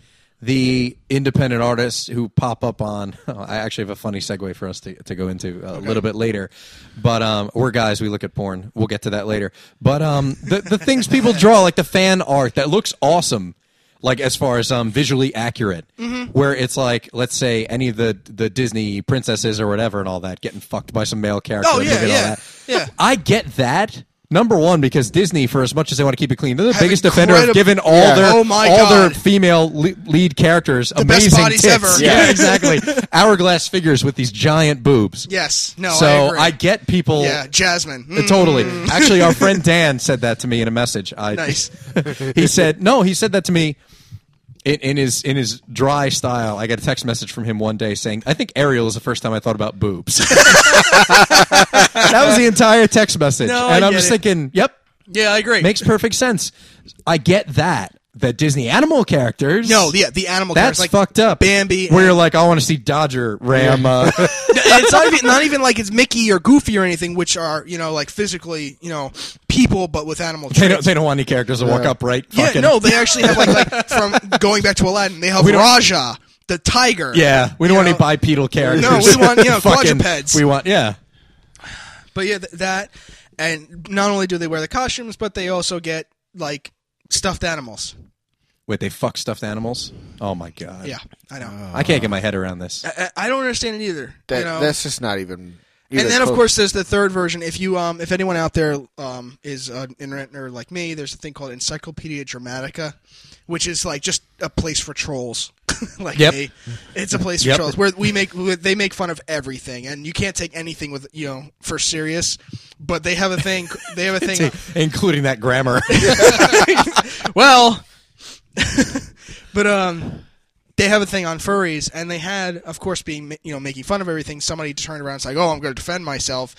the independent artists who pop up on. oh, I actually have a funny segue for us to, to go into uh, a little bit later, but um, we're guys. We look at porn. We'll get to that later. But um, the the things people draw, like the fan art that looks awesome. Like as far as um, visually accurate, Mm-hmm. where it's like, let's say any of the the Disney princesses or whatever and all that getting fucked by some male character. Oh, and yeah, look at all yeah, that. yeah. I get that. Number one, because Disney, for as much as they want to keep it clean, they're the Have biggest defender of incredible- giving all Yeah. their Oh my all their God. female le- lead characters the best amazing bodies tits. ever. Yeah, Yeah. exactly. Hourglass figures with these giant boobs. Yes, no, So I, agree. get people. yeah, Jasmine, Uh, Mm. Totally. Actually, our friend Dan said that to me in a message. I, Nice. he said no. He said that to me in, in his in his dry style. I got a text message from him one day saying, "I think Ariel is the first time I thought about boobs." that was the entire text message, No, and I I'm get just it. thinking, "Yep, yeah, I agree. makes perfect sense." I get that the Disney animal characters. no, yeah, the animal characters, That's like fucked up. Bambi, Where and- you're like, I want to see Dodger Ram. Uh, and it's not even, not even like it's Mickey or Goofy or anything, which are you know like physically you know people but with animal they, traits. don't, they don't want any characters to walk Yeah. upright. Yeah, fucking- no, they actually have like, like from going back to Aladdin, they have don't- Raja, the tiger. Yeah, we don't You want any know? bipedal characters. No, we want, you know, Fucking- quadrupeds. We want yeah. But yeah, th- that and not only do they wear the costumes, but they also get like stuffed animals. Wait, they fuck stuffed animals? Oh my god. Yeah, Uh, I know. I can't get my head around this. I, I don't understand it either. Oh. that, you know? that's just not even. even and then of close. course there's the third version. If you um if anyone out there um is an internet nerd like me, there's a thing called Encyclopedia Dramatica, which is like just a place for trolls. like Yep. me. it's a place for Yep. trolls where we make where they make fun of everything, and you can't take anything with you know for serious. But they have a thing. They have a thing. Including that grammar. well, but um, they have a thing on furries, and they had, of course, being you know making fun of everything. Somebody turned around and was like, "Oh, I'm going to defend myself,"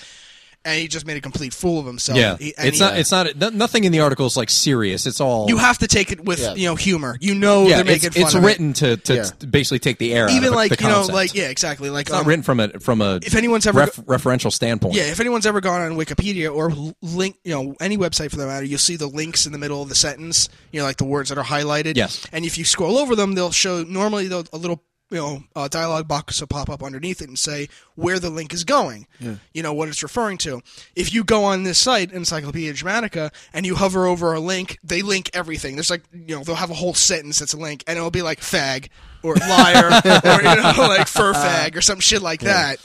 and he just made a complete fool of himself. yeah. He- and It's he- not it's not no, nothing in the article is like serious. It's all uh, you have to take it with Yeah. you know humor. You know yeah, they're it's, making fun it's of it. written to, to Yeah. basically take the air out Even of it, like the you know, concept. like yeah, exactly. Like It's not um, written from a from a If anyone's ever ref- referential standpoint. Yeah, if anyone's ever gone on Wikipedia or l- link, you know, any website for that matter, you'll see the links in the middle of the sentence. You know, like the words that are highlighted. Yes. And if you scroll over them, they'll show normally they'll, a little you know uh, dialogue box will pop up underneath it and say where the link is going. You know what it's referring to. If you go on this site, Encyclopedia Dramatica, and you hover over a link, they link everything. There's like you know they'll have a whole sentence that's a link, and it'll be like fag or liar or you know like fur fag or some shit like that.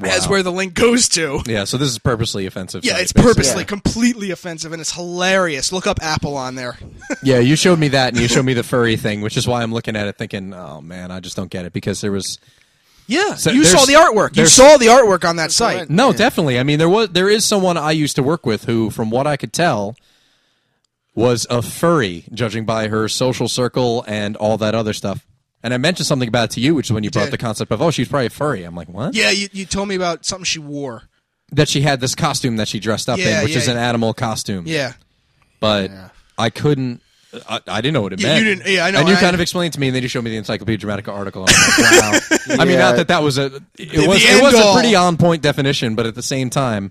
As where the link goes to. Yeah, so this is purposely offensive. Yeah, site, it's basically. purposely completely offensive and it's hilarious. Look up Apple on there. Yeah, you showed me that, and you showed me the furry thing, which is why I'm looking at it thinking, "Oh man, I just don't get it." Because there was Yeah, So you saw there's- the artwork. You there's- saw the artwork on that site. right. No, definitely. I mean, there was there is someone I used to work with who, from what I could tell, was a furry, judging by her social circle and all that other stuff. And I mentioned something about it to you, which is when you brought up did. the concept of, oh, she's probably a furry. I'm like, what? Yeah, you, you told me about something she wore. That she had this costume that she dressed up Yeah, in, which yeah, is an yeah. animal costume. Yeah. But I couldn't. I, I didn't know what it Yeah, meant. you didn't- yeah, I know, And you I- kind of explained to me, and then you showed me the Encyclopedia Dramatica article. and I'm like, wow. I mean, Yeah. not that that was a. It was. the It was end-all. a pretty on point definition, but at the same time,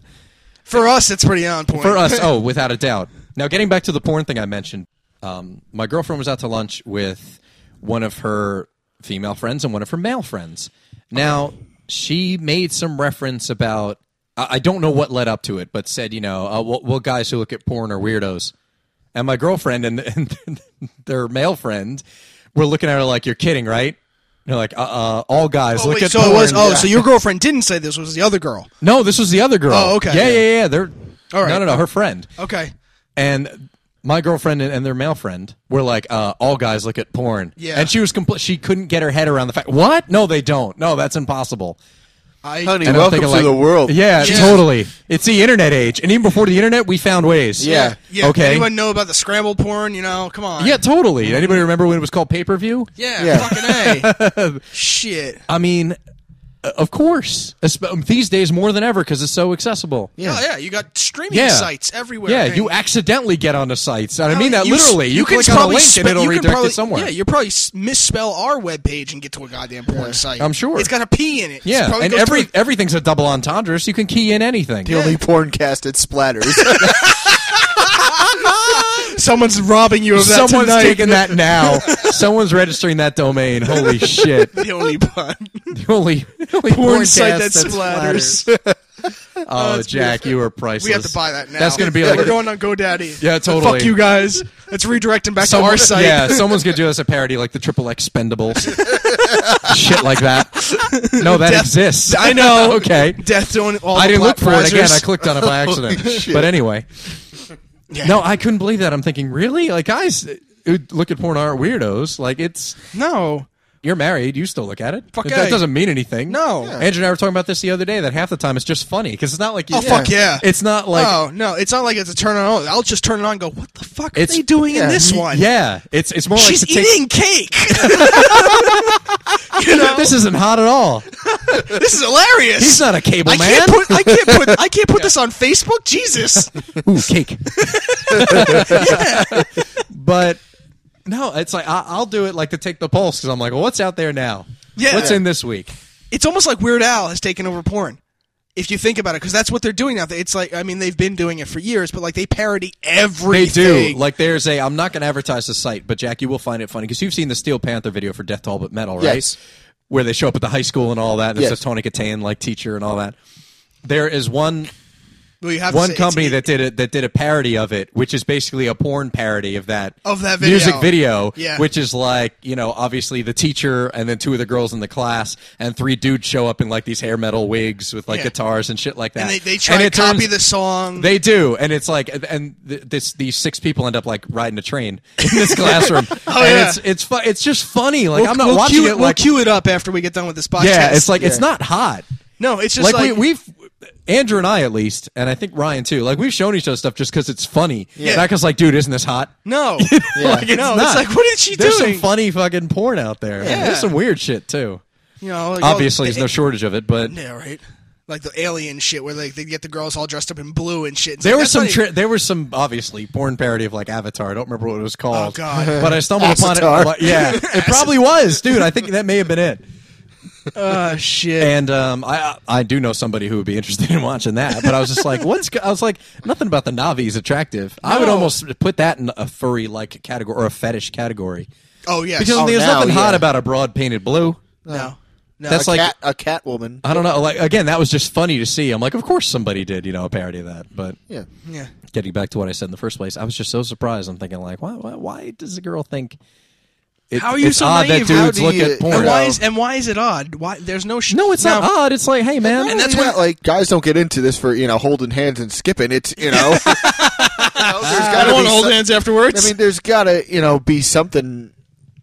For us, it's pretty on point. for us, oh, without a doubt. Now, getting back to the porn thing I mentioned, um, my girlfriend was out to lunch with one of her female friends and one of her male friends. Now, she made some reference about, I I don't know what led up to it, but said, you know, uh, well, well, guys who look at porn are weirdos. And my girlfriend and, and their male friend were looking at her like, you're kidding, right? And They're like, uh, uh, all guys Oh, look wait, at so porn. it was. Oh, so your girlfriend didn't say this. It was the other girl? No, this was the other girl. Oh, okay. Yeah, yeah, yeah. They're All right. no, no, no. Her friend Okay. and my girlfriend and, and their male friend were like, uh, "All guys look at porn." Yeah. and she was compl- She couldn't get her head around the fact. What? No, they don't. No, that's impossible. I Honey, And I'm welcome to thinking, like, the world. Yeah, Yeah. totally. It's the internet age, and even before the internet, we found ways. Yeah. Yeah. okay. Anyone know about the scramble porn? You know, come on. yeah, totally. Anybody remember when it was called pay per view? Yeah. Yeah. Fucking a. Shit. I mean, uh, of course. Espe- um, These days, more than ever, because it's so accessible. Yeah. Oh, yeah. You got streaming Yeah. sites everywhere. Yeah, man. you accidentally get onto sites. And I Hell, mean that you s- literally. You, click on a probably link spe- and it'll you can redirect probably- it somewhere. Yeah, you probably s- misspell our webpage and get to a goddamn porn site. I'm sure. it's got a P in it. It's Yeah, probably and goes every to a- everything's a double entendre, so you can key in anything. The only porn cast that splatters. someone's robbing you of that Someone's tonight. taking that now. Someone's registering that domain. Holy shit! The the only pun. only, the only porn site porncast that splatters. Oh, Jack, you are priceless. We have to buy that now. That's going to be Yeah, like we're going on GoDaddy. Yeah, totally. Fuck you guys. Let's redirect them back to our site. Yeah, someone's going to do us a parody like the Triple Expendables, shit like that. No, that Death- exists. I know. okay. Death Zone. All I the didn't look for it again. platformers. I clicked on it by accident. shit. but anyway, Yeah. no, I couldn't believe that. I'm thinking, really? Like guys uh, who look at porn are weirdos. Like it's No. you're married, you still look at it. Fuck That- yeah. that doesn't mean anything. No. Yeah. Andrew and I were talking about this the other day. That half the time it's just funny because it's not like you, Oh, fuck yeah. Oh, It's not like no, no. It's not like it's a turn it on. Oh, I'll just turn it on and go, what the fuck are It's- they doing yeah. in this one? yeah. It's it's more She's like to take- eating cake. you know, This isn't hot at all. this is hilarious. He's not a cable I man. can't put I can't put I can't put this on Facebook. Jesus. Ooh, cake. But no, it's like I, I'll do it like to take the pulse because I'm like, well, what's out there now? Yeah. what's in this week? It's almost like Weird Al has taken over porn. If you think about it, because that's what they're doing now. It's like I mean they've been doing it for years, but like they parody They everything. do. Like, there's a. I'm not going to advertise the site, but Jack, you will find it funny because you've seen the Steel Panther video for Death to All But Metal, right? Yes. Where they show up at the high school and all that. And Yes. It's a Tony Katan like teacher and all that. There is one Well, you have to one say it's- company that did it that did a parody of it, which is basically a porn parody of that Of that music video. video, Yeah. which is like you know obviously the teacher and then two of the girls in the class and three dudes show up in like these hair metal wigs with like Yeah. guitars and shit like that. and they, they try And to it copy turns- the song. they do, and it's like, and th- this these six people end up like riding a train in this classroom, Oh, and yeah. it's it's fu- it's just funny. Like we'll, I'm not we'll watching cue, it We'll like cue it up after we get done with this podcast. yeah, it's like it's Yeah. not hot. no, it's just Like, like, we, we've Andrew and I at least, and I think Ryan too. Like we've shown each other stuff just because it's funny, Yeah. not because like dude, isn't this hot? no, Like, no. not. It's like what did she do? There's doing? some funny fucking porn out there. Yeah. There's some weird shit too. You know, like, Obviously, oh, there's no shortage of it, but Yeah, right. Like the alien shit, where like they get the girls all dressed up in blue and shit. It's There like, was that's some not tri- even- there was some obviously porn parody of like Avatar. I don't remember what it was called. Oh, God. But I stumbled upon it. Asatar. Like, yeah, it probably was, dude. I think that may have been it. Oh shit! And um, I I do know somebody who would be interested in watching that. But I was just like, what's? go- I was like, nothing about the Navi is attractive. I would No. almost put that in a furry like category or a fetish category oh yes. because Oh, there's now, nothing hot yeah. about a broad painted blue. no, no. That's a like Uh, cat, a cat woman. I don't know. Like again, that was just funny to see. I'm like, of course somebody did, you know, a parody of that. But Yeah. yeah. getting back to what I said in the first place, I was just so surprised. I'm thinking like, why? Why, why does a girl think? It, How are you it's so odd naive? that How dudes do look you- at porn? And why No. is and why is it odd? Why there's no sh- no, it's not now- odd. It's like, hey man, And that's Well, when- yeah, like guys don't get into this for you know holding hands and skipping. It's you know, you know, there's gotta I be want to hold some- hands afterwards. I mean, there's gotta you know be something.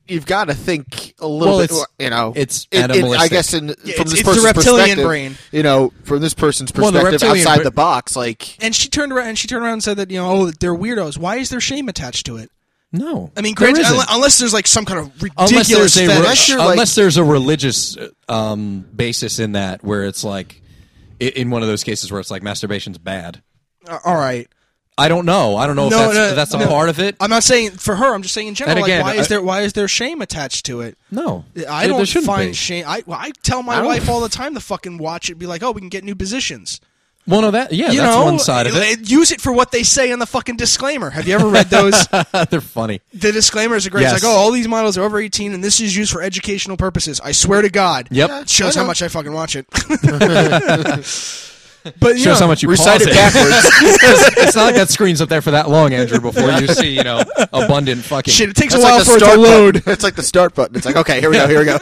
You've got to think a little Well, bit. it's- you know, it's It- it- I animalistic. guess in, Yeah, from it's- this it's the person's reptilian perspective, brain. you know, from this person's Well, the perspective reptilian outside bra- the box, like and she turned around and she turned around and said that you know oh they're weirdos. Why is there shame attached to it? no. I mean, There granted, isn't. unle- unless there's like some kind of unless ridiculous there's a re- fetish. you're, like- unless there's a religious um, basis in that, where it's like, i- in one of those cases where it's like masturbation's bad. um, Uh, all right. I don't know. I don't know No, if that's, no, if that's a no. part of it. I'm not saying for her. I'm just saying in general. And again, like, why is I- there why is there shame attached to it? no, I There- there don't shouldn't find be. shame. I well, I tell my don't- wife all the time to fucking watch it. Be like, oh, we can get new positions. Well, no, that yeah, you that's know, one side of it. Use it for what they say in the fucking disclaimer. Have you ever read those? They're funny. the disclaimers are great. Yes. It's like, oh, all these models are over 18, and this is used for educational purposes. I swear to God. Yep. It shows I how know. much I fucking watch it. but you Shows know, how much you Recite pause it backwards. it's not like that screen's up there for that long, Andrew. Before you see, you know, abundant fucking shit. It takes It's a while like the for it to start load. button. It's like the start button. It's like, okay, here we go, here we go.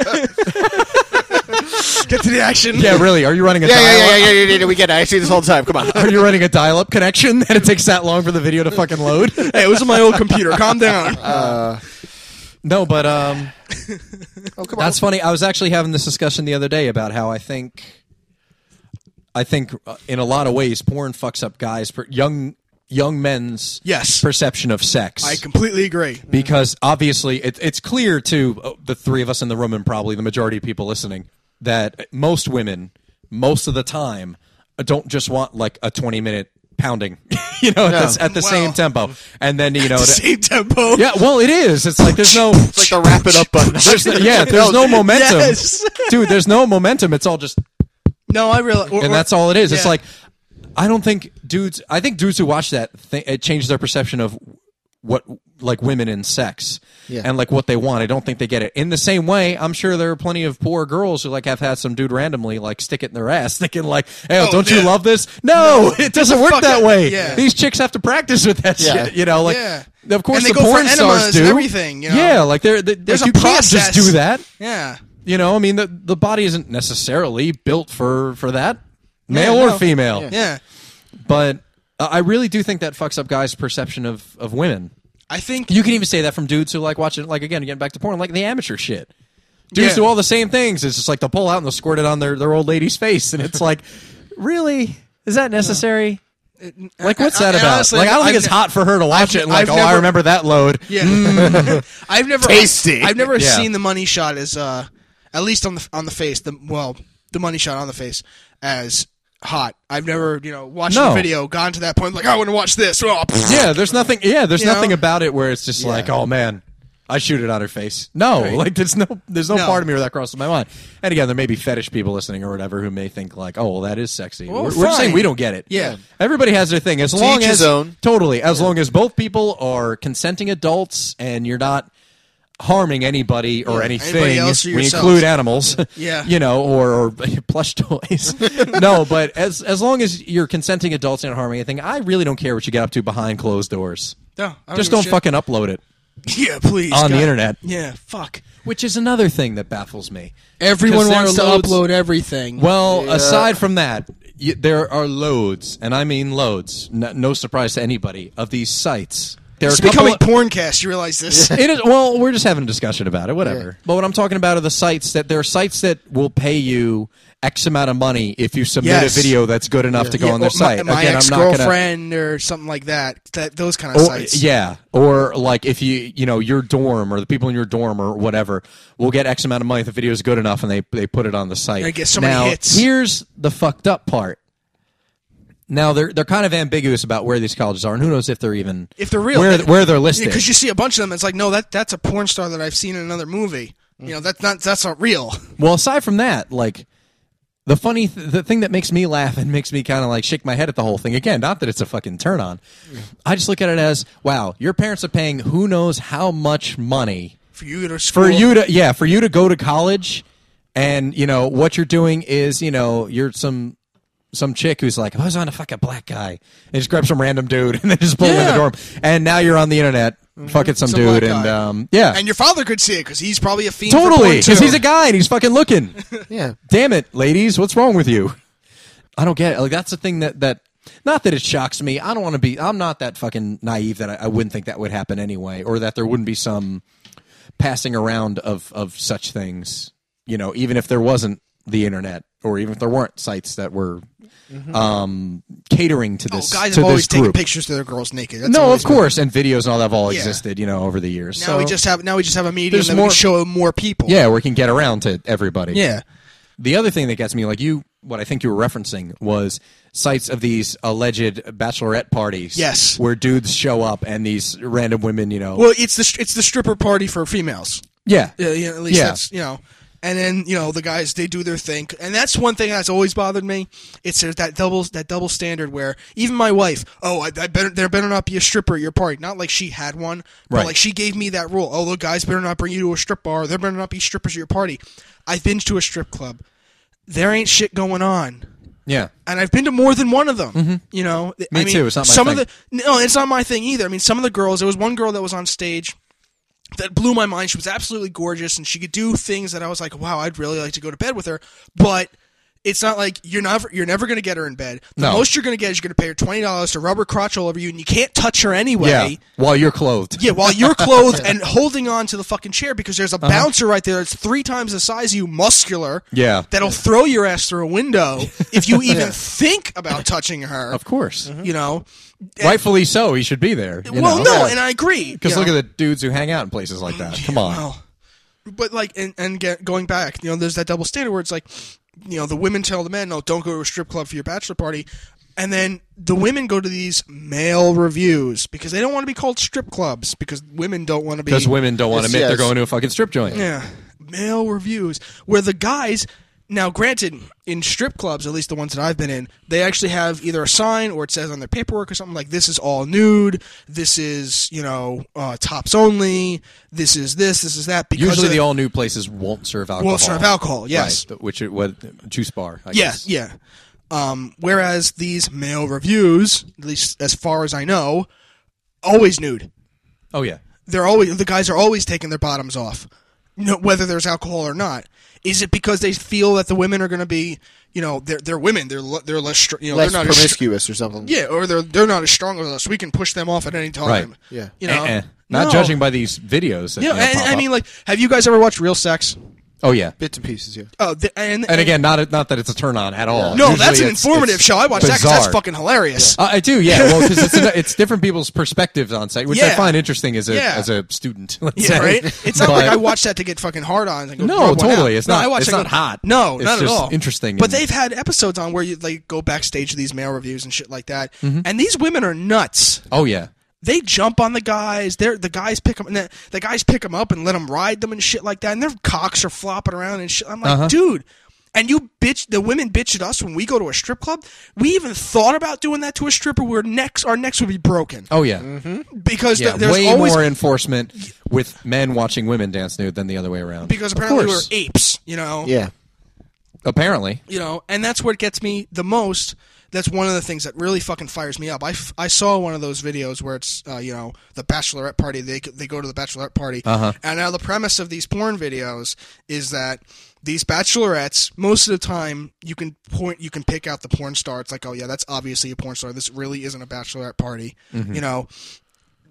Get to the action. Yeah, really. Are you running a Yeah, yeah, dial-up? yeah, yeah, yeah, yeah, yeah. We get it. I see this whole time. Come on. Are you running a dial-up connection and it takes that long for the video to fucking load? Hey, it was on my old computer. Calm down. no, but um, Oh, come that's funny. I was actually having this discussion the other day about how I think, I think uh, in a lot of ways, porn fucks up guys, per, young young men's Yes. perception of sex. I completely agree. because obviously it, it's clear to uh, the three of us in the room and probably the majority of people listening that most women most of the time uh, don't just want like a 20 minute pounding you know at the, s- at the Wow. same tempo and then you know to- Same tempo. yeah well it is it's like there's no It's like the wrap it up button. there's, yeah there's no momentum Yes. dude there's no momentum it's all just No, I realize. or- and or- that's all it is. It's yeah. like I don't think dudes. I think dudes who watch that th- it changed their perception of what like women and sex Yeah. and like what they want. I don't think they get it. In the same way, I'm sure there are plenty of poor girls who like have had some dude randomly like stick it in their ass, thinking like, "Hey, Oh, don't you yeah. love this?" No, it doesn't work fuck that it. way. Yeah. These chicks have to practice with that Yeah. shit. You know, like Yeah. of course And they the go for porn stars enemas do and everything, you know? Yeah, like they're, they There's like, a you can't process. just do that. yeah. You know, I mean, the the body isn't necessarily built for for that, male Yeah, or no. female. Yeah. But uh, I really do think that fucks up guys' perception of of women. I think You can even say that from dudes who like watching, like again, getting back to porn, like the amateur shit. Dudes Yeah. do all the same things. It's just like they'll pull out and they'll squirt it on their their old lady's face, and it's like, really, is that necessary? Like, what's I- that I- about? honestly, like, I don't think I've it's ne- hot for her to watch it. And like, I've oh, I never- remember that load. Yeah, I've never Tasty. I've never Mm. Yeah. seen the money shot as uh, at least on the on the face. The well, the money shot on the face as hot. I've never you know watched No. the video, gone to that point like I want to watch this. Oh, pfft. Yeah, there's nothing. Yeah, there's You know? nothing about it where it's just like, oh man, I shoot it on her face. No, like there's no, there's no, No. part of me where that crosses my mind. And again, there may be fetish people listening or whatever who may think like, oh, well, that is sexy. Well, we're, we're just saying fine. we don't get it. Yeah. everybody has their thing. As long each as his own. totally, as long as both people are consenting adults and you're not harming anybody or anything. anybody else or we yourself. include animals. Yeah. you know, or, or plush toys. no, but as as long as you're consenting adults and not harming anything, I really don't care what you get up to behind closed doors. Oh, No, I don't Just give a don't shit. fucking upload it yeah, please on the God. internet, Yeah, fuck. which is another thing that baffles me. 'Cause Everyone there wants to are loads- upload everything. Well, aside from that, y there are loads, and I mean loads. No, no surprise to anybody of these sites. There are it's a couple becoming of- porncast. You realize this? it is well we're just having a discussion about it whatever but what i'm talking about are the sites that there are sites that will pay you x amount of money if you submit Yes. a video that's good enough to go Yeah, on their or site My, my Again, I'm not gonna- Oh, ex-girlfriend or something like that. That those kind of or, sites. yeah or like if you you know your dorm or the people in your dorm or whatever will get x amount of money if the video is good enough and they, they put it on the site And it gets so many now hits. here's the fucked up part now they're they're kind of ambiguous about where these colleges are and who knows if they're even If they're real, where, they- where they're listed because you see a bunch of them. It's like, no, that that's a porn star that I've seen in another movie. You know, that's not that's not real. Well, aside from that, like the funny, th- the thing that makes me laugh and makes me kind of like shake my head at the whole thing again. Not that it's a fucking turn on. I just look at it as, wow, your parents are paying who knows how much money For you to for scroll- you to, yeah, for you to go to college, and you know what you're doing is, you know, you're some. Some chick who's like, I was on a fucking black guy, and just grab some random dude and then just pull him in the Yeah. dorm, and now you're on the internet fucking some, Some dude, black and guy. um, yeah, and your father could see it because he's probably a fiend. for totally, porn, too. because he's a guy and he's fucking looking. Yeah. damn it ladies what's wrong with you i don't get it like that's the thing that that not that it shocks me i don't want to be i'm not that fucking naive that I, I wouldn't think that would happen anyway or that there wouldn't be some passing around of of such things you know even if there wasn't the internet or even if there weren't sites that were um catering to Mm-hmm. Oh, this guys to have always this taken group pictures of their girls naked. That's no always of been- course and videos and all that have all Yeah. existed you know over the years Now so we just have now we just have a medium There's that we more- can show more people. yeah we can get around to everybody yeah. The other thing that gets me, like you, what I think you were referencing was sites of these alleged bachelorette parties. Yes. Where dudes show up and these random women, you know. Well, it's the it's the stripper party for females. yeah. Yeah, yeah, at least Yeah. that's you know And then you know the guys they do their thing, and that's one thing that's always bothered me. It's there's that double that double standard where even my wife, oh, I, I better there better not be a stripper at your party. Not like she had one, but Right. like she gave me that rule. Oh, the guys better not bring you to a strip bar. There better not be strippers at your party. I've been to a strip club. There ain't shit going on Yeah. and I've been to more than one of them. You know, me I mean, Mm-hmm. too, it's not my some thing. of the no, it's not my thing either. I mean, some of the girls. There was one girl that was on stage that blew my mind. She was absolutely gorgeous, and she could do things that I was like, wow, I'd really like to go to bed with her, but. It's not like you're never you're never gonna get her in bed. The No. most you're gonna get is you're gonna pay her twenty dollars to rub her crotch all over you, and you can't touch her anyway. While you're clothed. Yeah, while you're clothed and holding on to the fucking chair because there's a Uh-huh. bouncer right there that's three times the size of you, muscular. Yeah. That'll throw your ass through a window if you even think about touching her. Of course. You know? Rightfully so. He should be there. you Mm-hmm. well, know? no, Yeah. and I agree. Because you look know? at the dudes who hang out in places like that. Come on. Well, but like, and, and get, going back, you know, there's that double standard where it's like, you know, the women tell the men, no, don't go to a strip club for your bachelor party. And then the women go to these male reviews because they don't want to be called strip clubs because women don't want to be. Because women don't want to Yes, admit they're yes. going to a fucking strip joint. Yeah, male reviews where the guys. Now, granted, in strip clubs, at least the ones that I've been in, they actually have either a sign or it says on their paperwork or something like "This is all nude. This is you know uh, tops only. This is this. This is that." Because Usually, of- the all new places won't serve alcohol. will serve alcohol. Yes. Right, which it was juice bar. I Yeah, guess. yeah. Um, whereas these male reviews, at least as far as I know, always nude. Oh yeah. They're always the guys are always taking their bottoms off, no, whether there's alcohol or not. Is it because they feel that the women are going to be, you know, they're they're women, they're le- they're less, str- you know, Less they're not as str- promiscuous or something. yeah, or they're they're not as strong as us. We can push them off at any time. Right. Yeah. You know, Eh, eh. Not No. judging by these videos. That, Yeah, you know, and- pop I up. mean, like, have you guys ever watched Real Sex? oh yeah. Bits and pieces, yeah. Oh, the, and, And again, not not that it's a turn on at all. no, Usually that's an it's- informative it's show. I watch that 'cause that's bizarre. fucking hilarious. Uh, I do, yeah. Well, because it's, it's different people's perspectives on site, which I Yeah. find interesting as a Yeah. as a student. let's Yeah, say. right. It's not like But- I watched that to get fucking hard on. And go No, rub one totally. out. It's No, not- I watched it's that not go- hot. No, It's not just at all. interesting But and- they've had episodes on where you like go backstage to these male reviews and shit like that. Mm-hmm. And these women are nuts. Oh yeah. They jump on the guys. They're the guys pick them. The, the guys pick them up and let them ride them and shit like that. And their cocks are flopping around and shit. I'm like, Uh-huh. dude. And you bitch, the women bitch at us when we go to a strip club. We even thought about doing that to a stripper. Where necks, our necks would be broken Oh yeah. because Yeah. Mm-hmm. th- there's way always more enforcement with men watching women dance nude than the other way around. because apparently we're course. apes. You know. Yeah. Apparently. you know and that's what gets me the most that's one of the things that really fucking fires me up i, f- I saw one of those videos where it's uh, you know the bachelorette party they, c- they go to the bachelorette party Uh-huh. and now the premise of these porn videos is that these bachelorettes most of the time you can point you can pick out the porn star it's like oh yeah that's obviously a porn star this really isn't a bachelorette party Mm-hmm. you know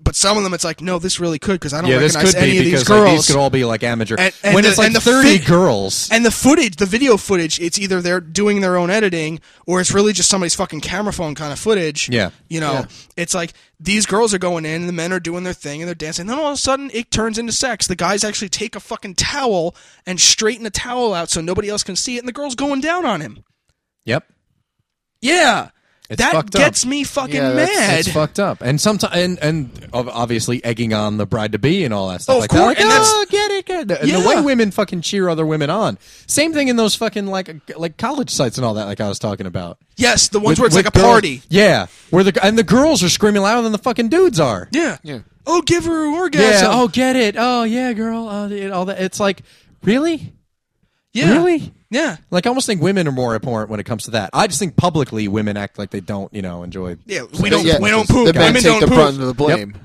but some of them it's like no this really could because i don't Yeah, this recognize could any be of these because girls like, these could all be like amateur. And- and when the- it's like and the thirty fit- girls, And the footage, the video footage, it's either they're doing their own editing or it's really just somebody's fucking camera phone kind of footage. Yeah. You know, Yeah. it's like these girls are going in, the men are doing their thing and they're dancing. Then all of a sudden it turns into sex. The guys actually take a fucking towel and straighten the towel out so nobody else can see it and the girl's going down on him. yep, Yeah. It's that fucked up. gets me fucking Yeah, that's- mad. it's fucked up. And sometimes, and, and ob- obviously egging on the bride to be and all that stuff. Of like course, that. Like, and that's- "Oh, get it, get it." And the Yeah. way women fucking cheer other women on. Same thing in those fucking like like college sites and all that. Like I was talking about. yes, the ones With- where it's with like a girls- party. Yeah, where the and the girls are screaming louder than the fucking dudes are. Yeah. Yeah. Oh, give her an Yeah, orgasm. oh, get it. Oh, yeah, girl. Oh, it- all that. It's like, really, yeah. really. Yeah. Like I almost think women are more abhorrent when it comes to that. I just think publicly women act like they don't, you know, enjoy. Yeah, we don't Yeah, we don't poop. The men Women take don't the poop. brunt of the blame.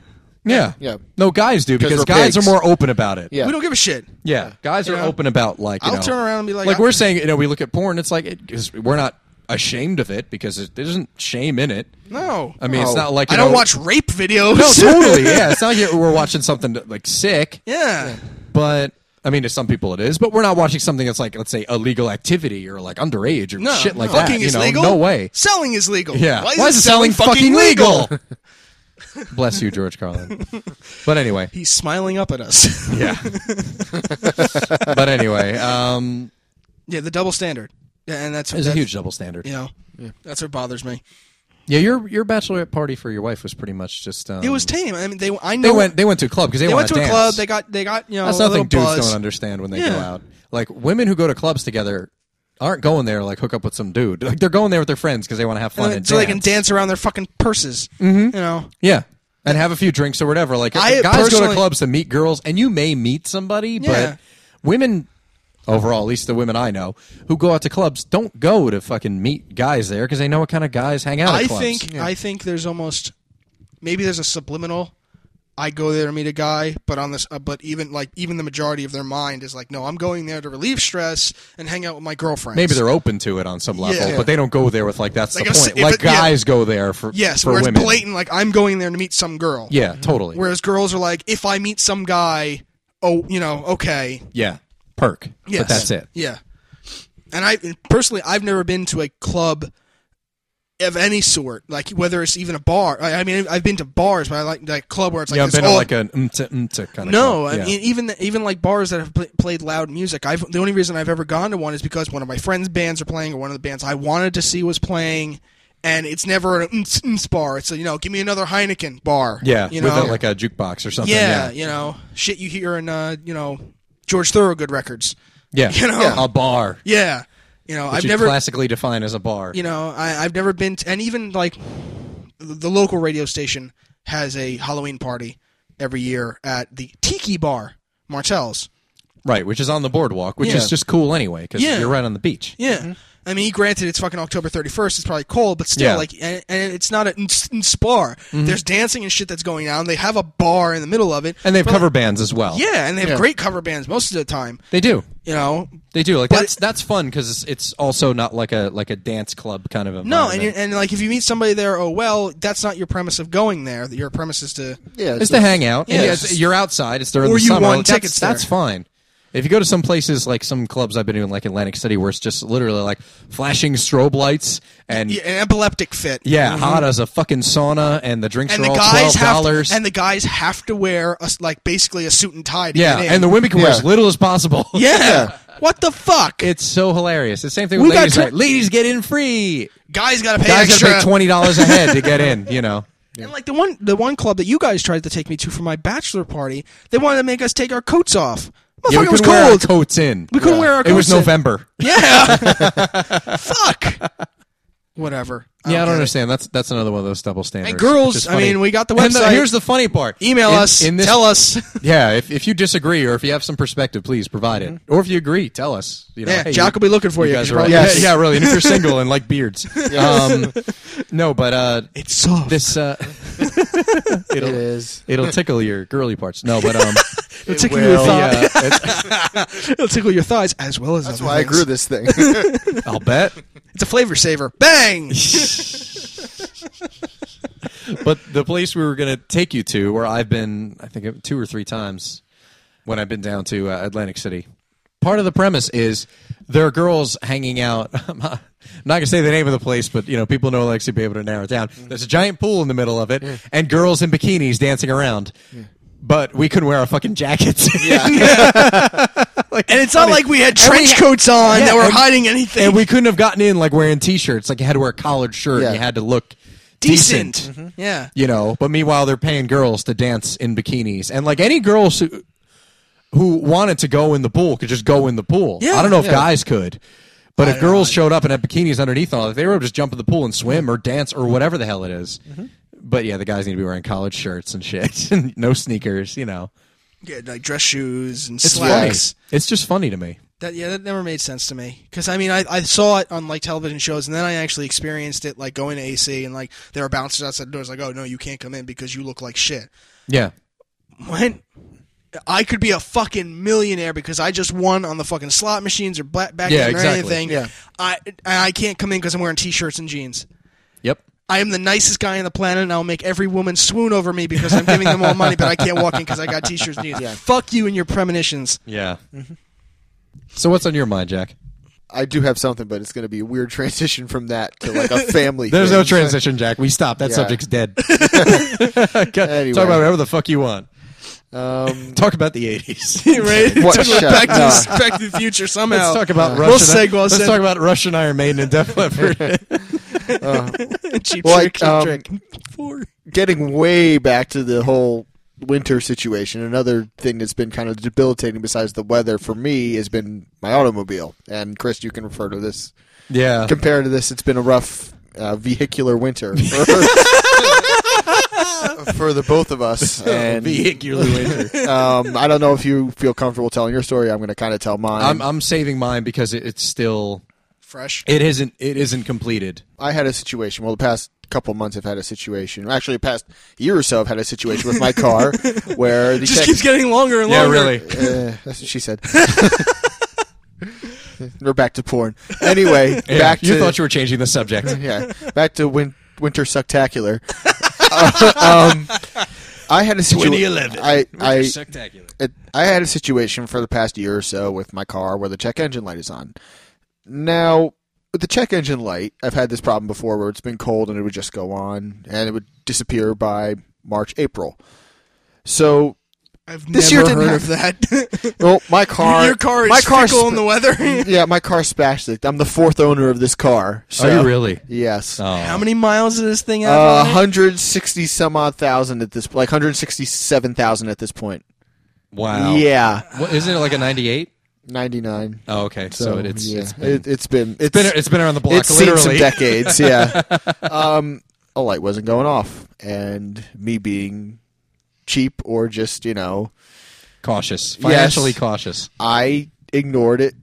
Yeah. Yeah. No, guys do because we're pigs. guys are more open about it. Yeah. We don't give a shit. Yeah. Guys are know? open about like. You I'll know, turn around and be like, like I- we're saying, you know, we look at porn. It's like it, 'cause we're not ashamed of it because it, there isn't shame in it. No. I mean, it's No. not like you I don't know- watch rape videos. No, totally. Yeah, it's not like we're watching something that, like sick, yeah. but. I mean, to some people it is, but we're not watching something that's like, let's say, illegal activity or like underage or No. shit like fucking that. is you know, legal. no way. Selling is legal. Yeah. Why is, it selling, fucking legal? Bless you, George Carlin. but anyway, He's smiling up at us. yeah. but anyway, um, yeah, the double standard. Yeah, and that's there's a that- huge double standard. You know, that's what bothers me. Yeah, your your bachelorette party for your wife was pretty much just. Um, It was tame. I mean, they I know They went. They went to a club because they, they went wanna to a dance. club. They got they got you know That's a little something dudes buzz. don't understand when they go Yeah. out. Like women who go to clubs together aren't going there like hook up with some dude. Like they're going there with their friends because they want to have fun and, so they can dance around their fucking purses. Mm-hmm. You know, Yeah. And have a few drinks or whatever. Like I guys go to personally- clubs to meet girls, and you may meet somebody, Yeah. but women overall, at least the women I know who go out to clubs, don't go to fucking meet guys there because they know what kind of guys hang out. I at clubs. think I think there's almost maybe there's a subliminal. I go there to meet a guy, but on this, uh, but even like even the majority of their mind is like, no, I'm going there to relieve stress and hang out with my girlfriend. maybe they're open to it on some level, Yeah. but they don't go there with like that's Like the I'm sa- point. if Like it- yeah. guys go there for yes, for where women. it's blatant, like I'm going there to meet some girl. Yeah, totally. Whereas girls are like, if I meet some guy, oh, you know, okay, yeah, perk. Yes. But that's it. Yeah. And I personally, I've never been to a club of any sort, like whether it's even a bar. I, I mean, I've been to bars, but I like like club where it's like yeah, I've this been to all- like an umta umta kind of. no. club. I mean, even even like bars that have pl- played loud music. I've the only reason I've ever gone to one is because one of my friends' bands are playing, or one of the bands I wanted to see was playing. And it's never an mm bar. It's a, you know, give me another Heineken bar. yeah, you with know, a, like a jukebox or something. yeah, Yeah, you know, shit you hear in uh, you know, George Thorogood records. yeah, You know? a bar. Yeah, you know, I've which is never classically defined as a bar. you know, I, I've never been, to, and even like the, the local radio station has a Halloween party every year at the Tiki Bar, Martell's. Right, which is on the boardwalk, which Yeah. is just cool anyway because Yeah. you're right on the beach. Yeah. I mean, granted, it's fucking October 31st. It's probably cold, but still, Yeah. Mm-hmm. like, and, and it's not a nts- nts bar. There's dancing and shit that's going on. They have a bar in the middle of it. And they have But, cover bands as well. like, yeah, and they have Yeah. great cover bands most of the time, they do. you know? They do. Like But- that's that's fun because it's, it's also not like a like a dance club kind of No, and, environment. you and like, if you meet somebody there, oh, well, that's not your premise of going there. Your premise is to. Yeah, it's to hang out. Yeah. Yeah, it's- you're outside. It's during Or the you summer. won like, that's- tickets there. That's fine. If you go to some places like some clubs I've been in, like Atlantic City, where it's just literally like flashing strobe lights and Yeah, an epileptic fit. Yeah, hot as a fucking sauna, and the drinks and are the all guys twelve have dollars. and the guys have to wear a s like basically a suit and tie. To yeah, get in. and the women can wear Yeah. as little as possible. yeah. What the fuck? it's so hilarious. The same thing We with got ladies. tw- night. ladies get in free. guys gotta pay Guys extra. gotta pay twenty dollars a head to get in. You know. And like the one the one club that you guys tried to take me to for my bachelor party, they wanted to make us take our coats off. Motherfucker, Yeah, we it was couldn't wear our cold. coats in. we couldn't wear our coats. It was in. November. Yeah. fuck. Whatever. yeah, I don't get it. understand. That's that's another one of those double standards. And Oh, girls, which is I funny. mean, we got the And website. here's the funny part. Email In- us. In this, tell us. Yeah, if, if you disagree or if you have some perspective, please provide it. Or if you agree, tell us. You know, Mm-hmm. yeah, hey, Jack you- will be looking for you. you guys 'cause are right. probably- right. yeah, Yes. yeah, really. And if you're single and like beards, um, no, but uh, It's soft. this uh, It it'll is. it'll tickle your girly parts. No, but um, it'll tickle your will. thigh. the, uh, it- It'll tickle your thighs as well as That's other why I things. grew this thing. I'll bet. It's a flavor saver. Bang! But the place we were gonna take you to, where I've been, I think two or three times when I've been down to uh, Atlantic City. Part of the premise is there are girls hanging out. I'm not, I'm not gonna say the name of the place, but you know people know Alexi be able to narrow it down. There's a giant pool in the middle of it, and girls in bikinis dancing around. But we couldn't wear our fucking jackets. and it's not like we had And we trench ha- coats on Yeah, that were and- hiding anything. and we couldn't have gotten in like wearing t-shirts. Like you had to wear a collared shirt. Yeah. and You had to look decent. Mm-hmm. decent. Yeah. You know, but meanwhile they're paying girls to dance in bikinis, and like any girls who, who wanted to go in the pool could just go in the pool. Yeah, I don't know if yeah. guys could, but if don't girls showed up and had bikinis underneath and all, that, they were able to just jump in the pool and swim or dance or whatever the hell it is. But yeah, the guys need to be wearing college shirts and shit, and no sneakers. You know, Yeah, like dress shoes and it's funny. slacks. It's just funny to me. That yeah, that never made sense to me. Because I mean, I, I saw it on like television shows, and then I actually experienced it like going to AC and like there were bouncers outside the doors like, oh no, you can't come in because you look like shit. Yeah, What? I could be a fucking millionaire because I just won on the fucking slot machines or black back Yeah, or exactly. anything. Yeah. I and I can't come in because I'm wearing t-shirts and jeans. yep. I am the nicest guy on the planet, and I'll make every woman swoon over me because I'm giving them all money, but I can't walk in because I got t-shirts and jeans. Fuck you and your premonitions. Yeah. So what's on your mind, Jack? I do have something, but it's going to be a weird transition from that to like a family. There's thing. no transition, Jack. We stop. That Yeah. subject's dead. Anyway. Talk about whatever the fuck you want. Um, Talk about the 80s. right? What? Took it Shut back, up. to, the- back to the future somehow. Let's talk about We'll Russian. segue, let's said- talk about Russian Iron Maiden and Def Leppard. cheap Well, I- trick, cheap um, trick. Four. getting way back to the whole winter situation, another thing that's been kind of debilitating besides the weather for me has been my automobile. And Chris, you can refer to this. Yeah. Compared to this, it's been a rough uh, vehicular winter for, for the both of us. And Vehicular winter. um, I don't know if you feel comfortable telling your story. I'm going to kind of tell mine. I'm I'm saving mine because it, it's still Fresh. it isn't it isn't completed. I had a situation. Well, the past couple months, I've had a situation. Actually, the past year or so, I've had a situation with my car where the just tech- keeps getting longer and longer. Uh, that's what she said. We're back to porn. Anyway, Yeah, back you to thought you were changing the subject. yeah, back to win- winter sucktacular. um, I had a situation. 2011. I I Spectacular. it, I had a situation for the past year or so with my car where the check engine light is on. Now, with the check engine light, I've had this problem before where it's been cold and it would just go on and it would disappear by March, April. So, I've This year never didn't heard of that. well, my car, Your car is my car fickle sp- in the weather. yeah, my car splashed it. I'm the fourth owner of this car. So, Are you really? Yes. Oh. How many miles does this thing have? Uh, on it? 160 some odd thousand at this like 167,000 at this point. Wow. Yeah. What, isn't it like a 98? 99. Oh, okay. So, So, it's yeah. it's been, it, has been it's been it's been around the block it's seen some literally. decades. Yeah, um, a light wasn't going off, and me being cheap or just you know, cautious, financially cautious I ignored it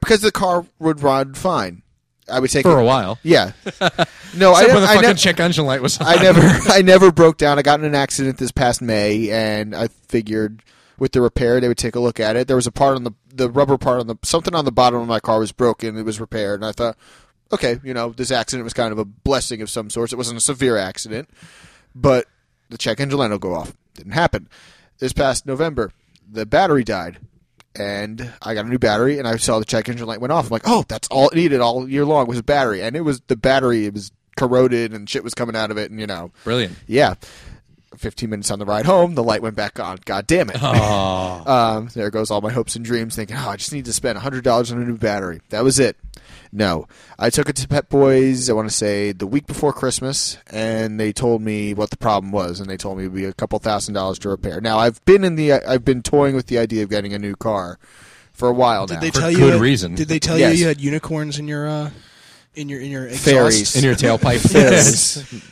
because the car would run fine. I would take for it- a while. Yeah, no, I, Except when the I, fucking ne- check engine light was on. I never, I never broke down. I got in an accident this past May, and I figured with the repair they would take a look at it. There was a part on the the rubber part on the something on the bottom of my car was broken. It was repaired, and I thought, okay, you know, this accident was kind of a blessing of some sorts. It wasn't a severe accident, but the check engine light will go off. Didn't happen. This past November, the battery died. And I got a new battery, and I saw the check engine light went off. I'm like, "Oh, that's all it needed all year long was a battery." And it was the battery; it was corroded, and shit was coming out of it. And you know, Brilliant. yeah. 15 minutes on the ride home, the light went back on. God damn it. Oh. Um, there goes all my hopes and dreams thinking, oh, I just need to spend $100 on a new battery. That was it. No. I took it to Pet Boys, I want to say the week before Christmas, and they told me what the problem was, and they told me it would be a couple thousand dollars to repair. Now, I've been in the, I've been toying with the idea of getting a new car for a while Did now. they For tell you? good reason. Did they tell Yes. you you had unicorns in your uh, in your in your exhaust? Fairies. In your tailpipe. Yes.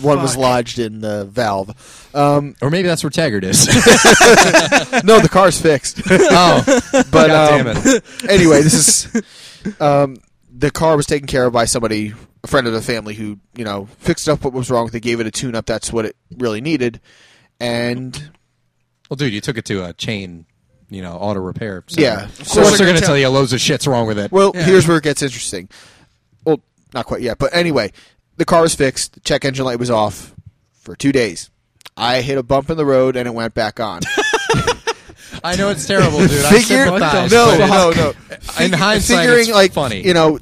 One was Fuck. lodged in the valve. Um, Or maybe that's where Taggart is. no, the car's fixed. oh. But God um, damn it. anyway, this is um, the car was taken care of by somebody, a friend of the family, who you know fixed up what was wrong with it, gave it a tune up. That's what it really needed, and Well, dude, you took it to a chain, you know, auto repair. So Yeah. Of Of course, course they're they're going to gonna tell you loads of shit's wrong with it. well, Yeah. here's where it gets interesting. Well, not quite yet, but anyway, the car was fixed. The check engine light was off for two days. I hit a bump in the road and it went back on. I know it's terrible, dude. I Figure- sympathize. no, but no, no. In hindsight, figuring it's like funny. you know,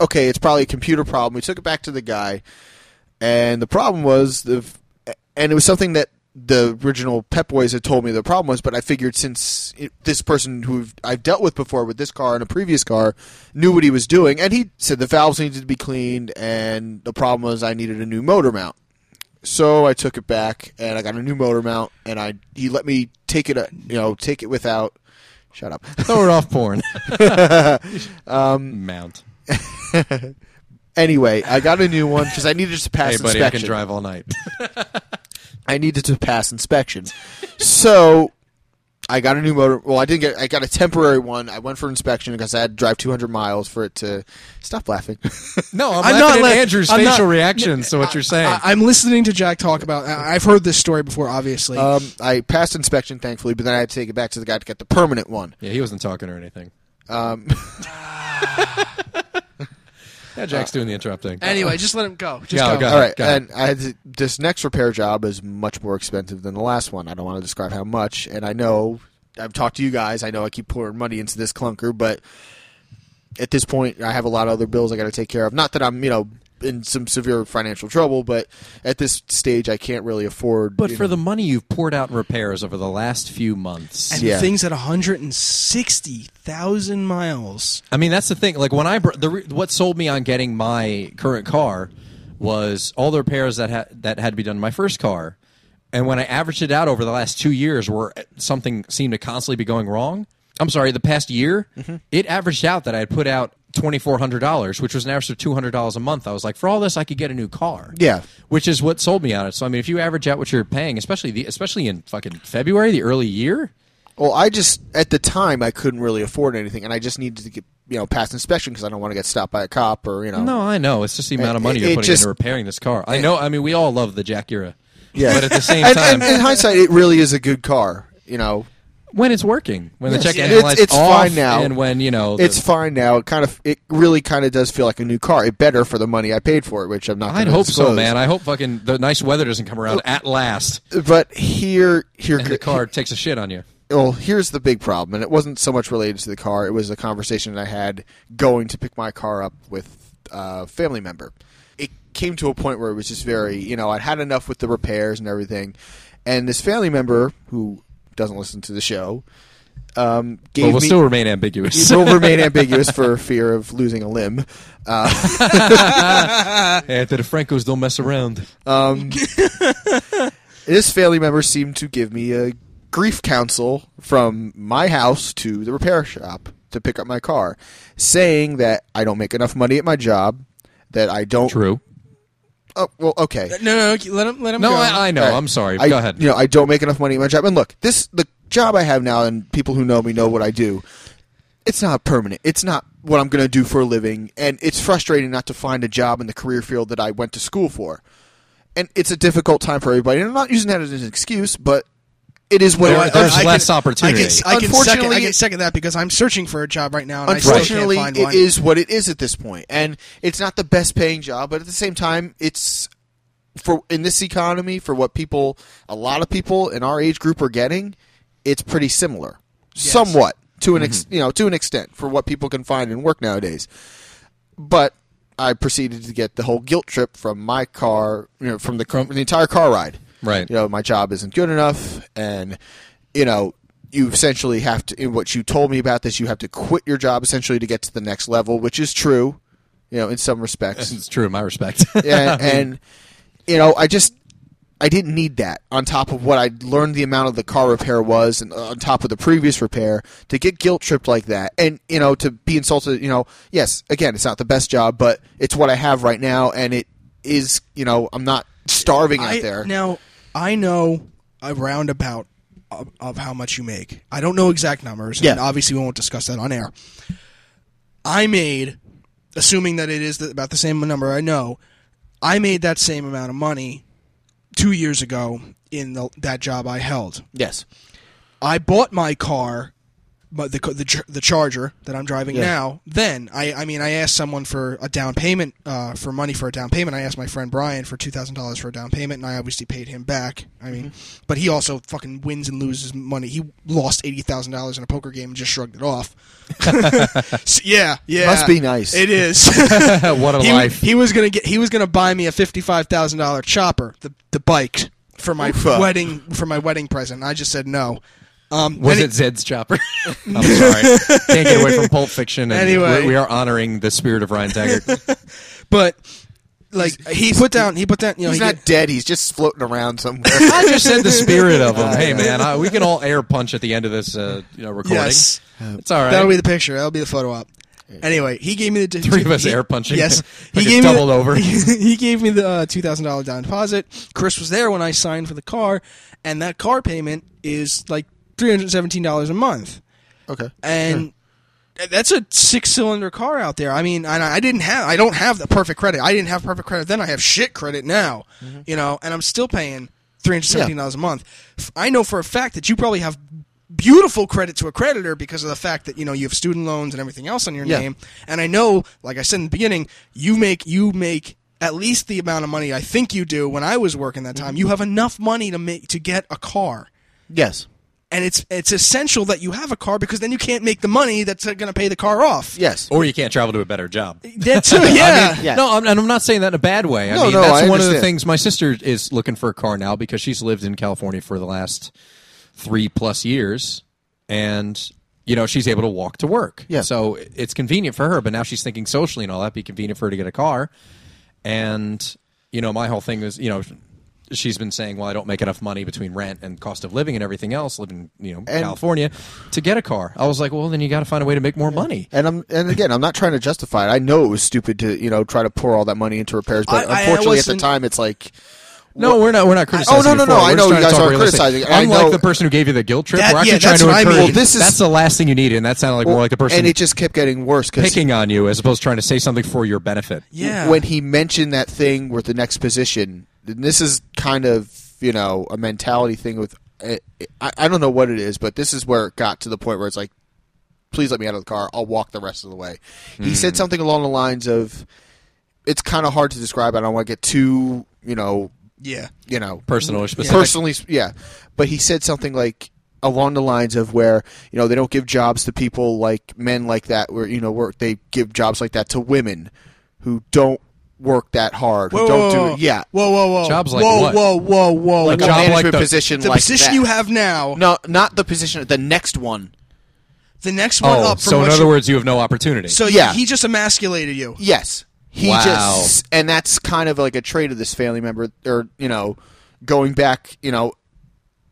okay, it's probably a computer problem. We took it back to the guy, and the problem was the, and it was something that the original Pep Boys had told me the problem was. But I figured since it, this person who I've dealt with before with this car and a previous car knew what he was doing, and he said the valves needed to be cleaned, and the problem was I needed a new motor mount. So I took it back and I got a new motor mount, and I he let me take it, uh, you know, take it without. Shut up. throw it off porn. um, Mount. Anyway, I got a new one because I needed to pass Hey, buddy, I can inspection. drive all night. I needed to pass inspection, so I got a new motor. Well, I didn't get. I got a temporary one. I went for inspection because I had to drive 200 miles for it to stop laughing. No, I'm, I'm laughing not at laugh- Andrew's I'm not- facial reactions to what you're saying. I, I'm listening to Jack talk about. I, I've heard this story before, obviously. um, I passed inspection thankfully, but then I had to take it back to the guy to get the permanent one. yeah, he wasn't talking or anything. Um, Yeah, Jack's doing the interrupting. anyway, just let him go. Just Yeah, go. go ahead. all right, got it. and I had to, this next repair job is much more expensive than the last one. I don't want to describe how much, and I know I've talked to you guys. I know I keep pouring money into this clunker, but at this point, I have a lot of other bills I got to take care of. Not that I'm, you know, in some severe financial trouble, but at this stage, I can't really afford. But you for know- the money you've poured out in repairs over the last few months, And Yeah. the thing's at 160,000 miles. I mean, that's the thing. Like when I br- the re- what sold me on getting my current car was all the repairs that had that had to be done in my first car, and when I averaged it out over the last two years, where something seemed to constantly be going wrong. I'm sorry, the past year, it averaged out that I had put out twenty four hundred dollars, which was an average of two hundred dollars a month. I was like, for all this, I could get a new car. Yeah. which is what sold me on it. So I mean, if you average out what you're paying, especially the especially in fucking February, the early year, Well, I just at the time I couldn't really afford anything, and I just needed to get you know pass inspection because I don't want to get stopped by a cop or you know. No, I know. It's just the amount of money it- you're it putting just- into repairing this car. I know. I mean, we all love the Jack era. Yeah. But at the same And, time, and in hindsight, it really is a good car. You know, when it's working, when the check Yeah. engine It's- light's it's off, fine now. and when you know, the- it's fine now. It kind of, it really kind of does feel like a new car. It better for the money I paid for it, which I'm not. I'd gonna hope so, disclose. man. I hope fucking the nice weather doesn't come around at last, But here, here, and the car takes a shit on you. well, here's the big problem, and it wasn't so much related to the car. It was a conversation that I had going to pick my car up with a family member. It came to a point where it was just very, you know, I'd had enough with the repairs and everything, and this family member who doesn't listen to the show um, gave But we'll me. still remain ambiguous. will remain ambiguous for fear of losing a limb. Anthony the Francos don't mess around. Um, this family member seemed to give me a grief counsel from my house to the repair shop to pick up my car, saying that I don't make enough money at my job, that I don't. True. Oh, well, okay. No, no, no let him let him No, go. I, I know. All right. I'm sorry. I- Go ahead. You know, I don't make enough money at my job. And look, this the job I have now, and people who know me know what I do. It's not permanent. It's not what I'm going to do for a living, and it's frustrating not to find a job in the career field that I went to school for. And it's a difficult time for everybody. And I'm not using that as an excuse, but it is what There- it, there's I- less opportunity. I can, I can second, I Unfortunately- can second that because I'm searching for a job right now. And unfortunately I still can't find it one. is what it is at this point and it's not the best paying job but at the same time it's for in this economy for what people a lot of people in our age group are getting it's pretty similar somewhat to an Mm-hmm. ex, you know to an extent for what people can find in work nowadays but I proceeded to get the whole guilt trip from my car, you know, from the from the entire car ride. Right. You know, my job isn't good enough, and you know, you essentially have to. In what you told me about this, you have to quit your job essentially to get to the next level, which is true. You know, in some respects, It's true in my respect. yeah, and you know, I just I didn't need that on top of what I learned the amount of the car repair was, and uh, on top of the previous repair to get guilt tripped like that, and you know, to be insulted. You know, yes, again, it's not the best job, but it's what I have right now, and it is. You know, I'm not starving out I- there. Now I know a roundabout of, of how much you make. I don't know exact numbers, Yeah. and obviously we won't discuss that on air. I made, assuming that it is the, about the same number I know, I made that same amount of money two years ago in the, that job I held. yes, I bought my car, but the the, Ch- the Charger that I'm driving now. Then I I mean I asked someone for a down payment uh, for money for a down payment. I asked my friend Brian for two thousand dollars for a down payment, and I obviously paid him back. I mean, Mm-hmm. but he also fucking wins and loses money. He lost eighty thousand dollars in a poker game and just shrugged it off. So, yeah, yeah, Must be nice. It is. what a he, life. he was gonna get. He was gonna buy me a fifty-five thousand dollar chopper, the the bike for my Oofa. wedding for my wedding present. I just said no. Um, Was any- it Zed's chopper? I'm sorry. Can't get away from Pulp Fiction. And Anyway. we- we are honoring the spirit of Ryan Taggart. But like he put down, he put down. You know, he's he not did- dead. He's just floating around somewhere. I just said the spirit of him. hey, man, I, we can all air punch at the end of this uh, you know, recording. Yes. It's all right. that'll be the picture. That'll be the photo op. Anyway, he gave me the Three of us air punching. Yes, Like it's me the- doubled over. he gave me the uh, two thousand dollar down deposit. Chris was there when I signed for the car, and that car payment is like three hundred seventeen dollars a month. okay, and that's a six cylinder car out there. I mean, and I didn't have, I don't have the perfect credit. I didn't have perfect credit then. I have shit credit now, you know, and I'm still paying three hundred seventeen dollars a month. F- I know for a fact that you probably have beautiful credit to a creditor because of the fact that you know you have student loans and everything else on your Yeah. name. And I know, like I said in the beginning, you make you make. At least the amount of money I think you do when I was working that time, you have enough money to make to get a car yes, And it's it's essential that you have a car because then you can't make the money that's going to pay the car off. Yes. Or you can't travel to a better job. That too, yeah. Yeah. No, I'm, and I'm not saying that in a bad way. I No, mean, no, that's I one of the understand. things my sister is looking for a car now because she's lived in California for the last three plus years, and you know she's able to walk to work. Yeah. So it's convenient for her, but now she's thinking socially and all that. Be convenient for her to get a car, and you know my whole thing is you know. She's been saying, "Well, I don't make enough money between rent and cost of living and everything else, living you know And- California, to get a car." I was like, "Well, then you got to find a way to make more money." And I'm and again, I'm not trying to justify it. I know it was stupid to you know try to pour all that money into repairs, but I- I- I unfortunately, at the wasn't- time, it's like No, we're not. We're not criticizing. oh, no, you no, for no, it. I We're know you just trying to guys talk aren't realistic. criticizing. I Unlike know- the person who gave you the guilt trip, That- we're yeah, actually trying that's to what I encourage. mean. Well, this is- that's the last thing you needed, and that sounded like more like the person and it just kept getting worse because picking on you as opposed to trying to say something for your benefit. Yeah. when he mentioned that thing with the next position, and this is kind of you know a mentality thing with I, I I don't know what it is, but this is where it got to the point where it's like, please let me out of the car. I'll walk the rest of the way. He said something along the lines of, "It's kind of hard to describe. I don't want to get too you know yeah. you know Personal or specific. personally yeah but he said something like along the lines of where you know they don't give jobs to people like men like that where you know work they give jobs like that to women who don't work that hard who Whoa, don't whoa, do whoa. it yeah Whoa, whoa, whoa. Jobs like whoa, what? Whoa, whoa, whoa, like whoa. a job management like the- position the like position that. you have now, no not the position the next one the next one Oh, up. From so what in other you- words, you have no opportunity. so Yeah. he just emasculated you. yes he Wow. just and that's kind of like a trait of this family member or you know going back you know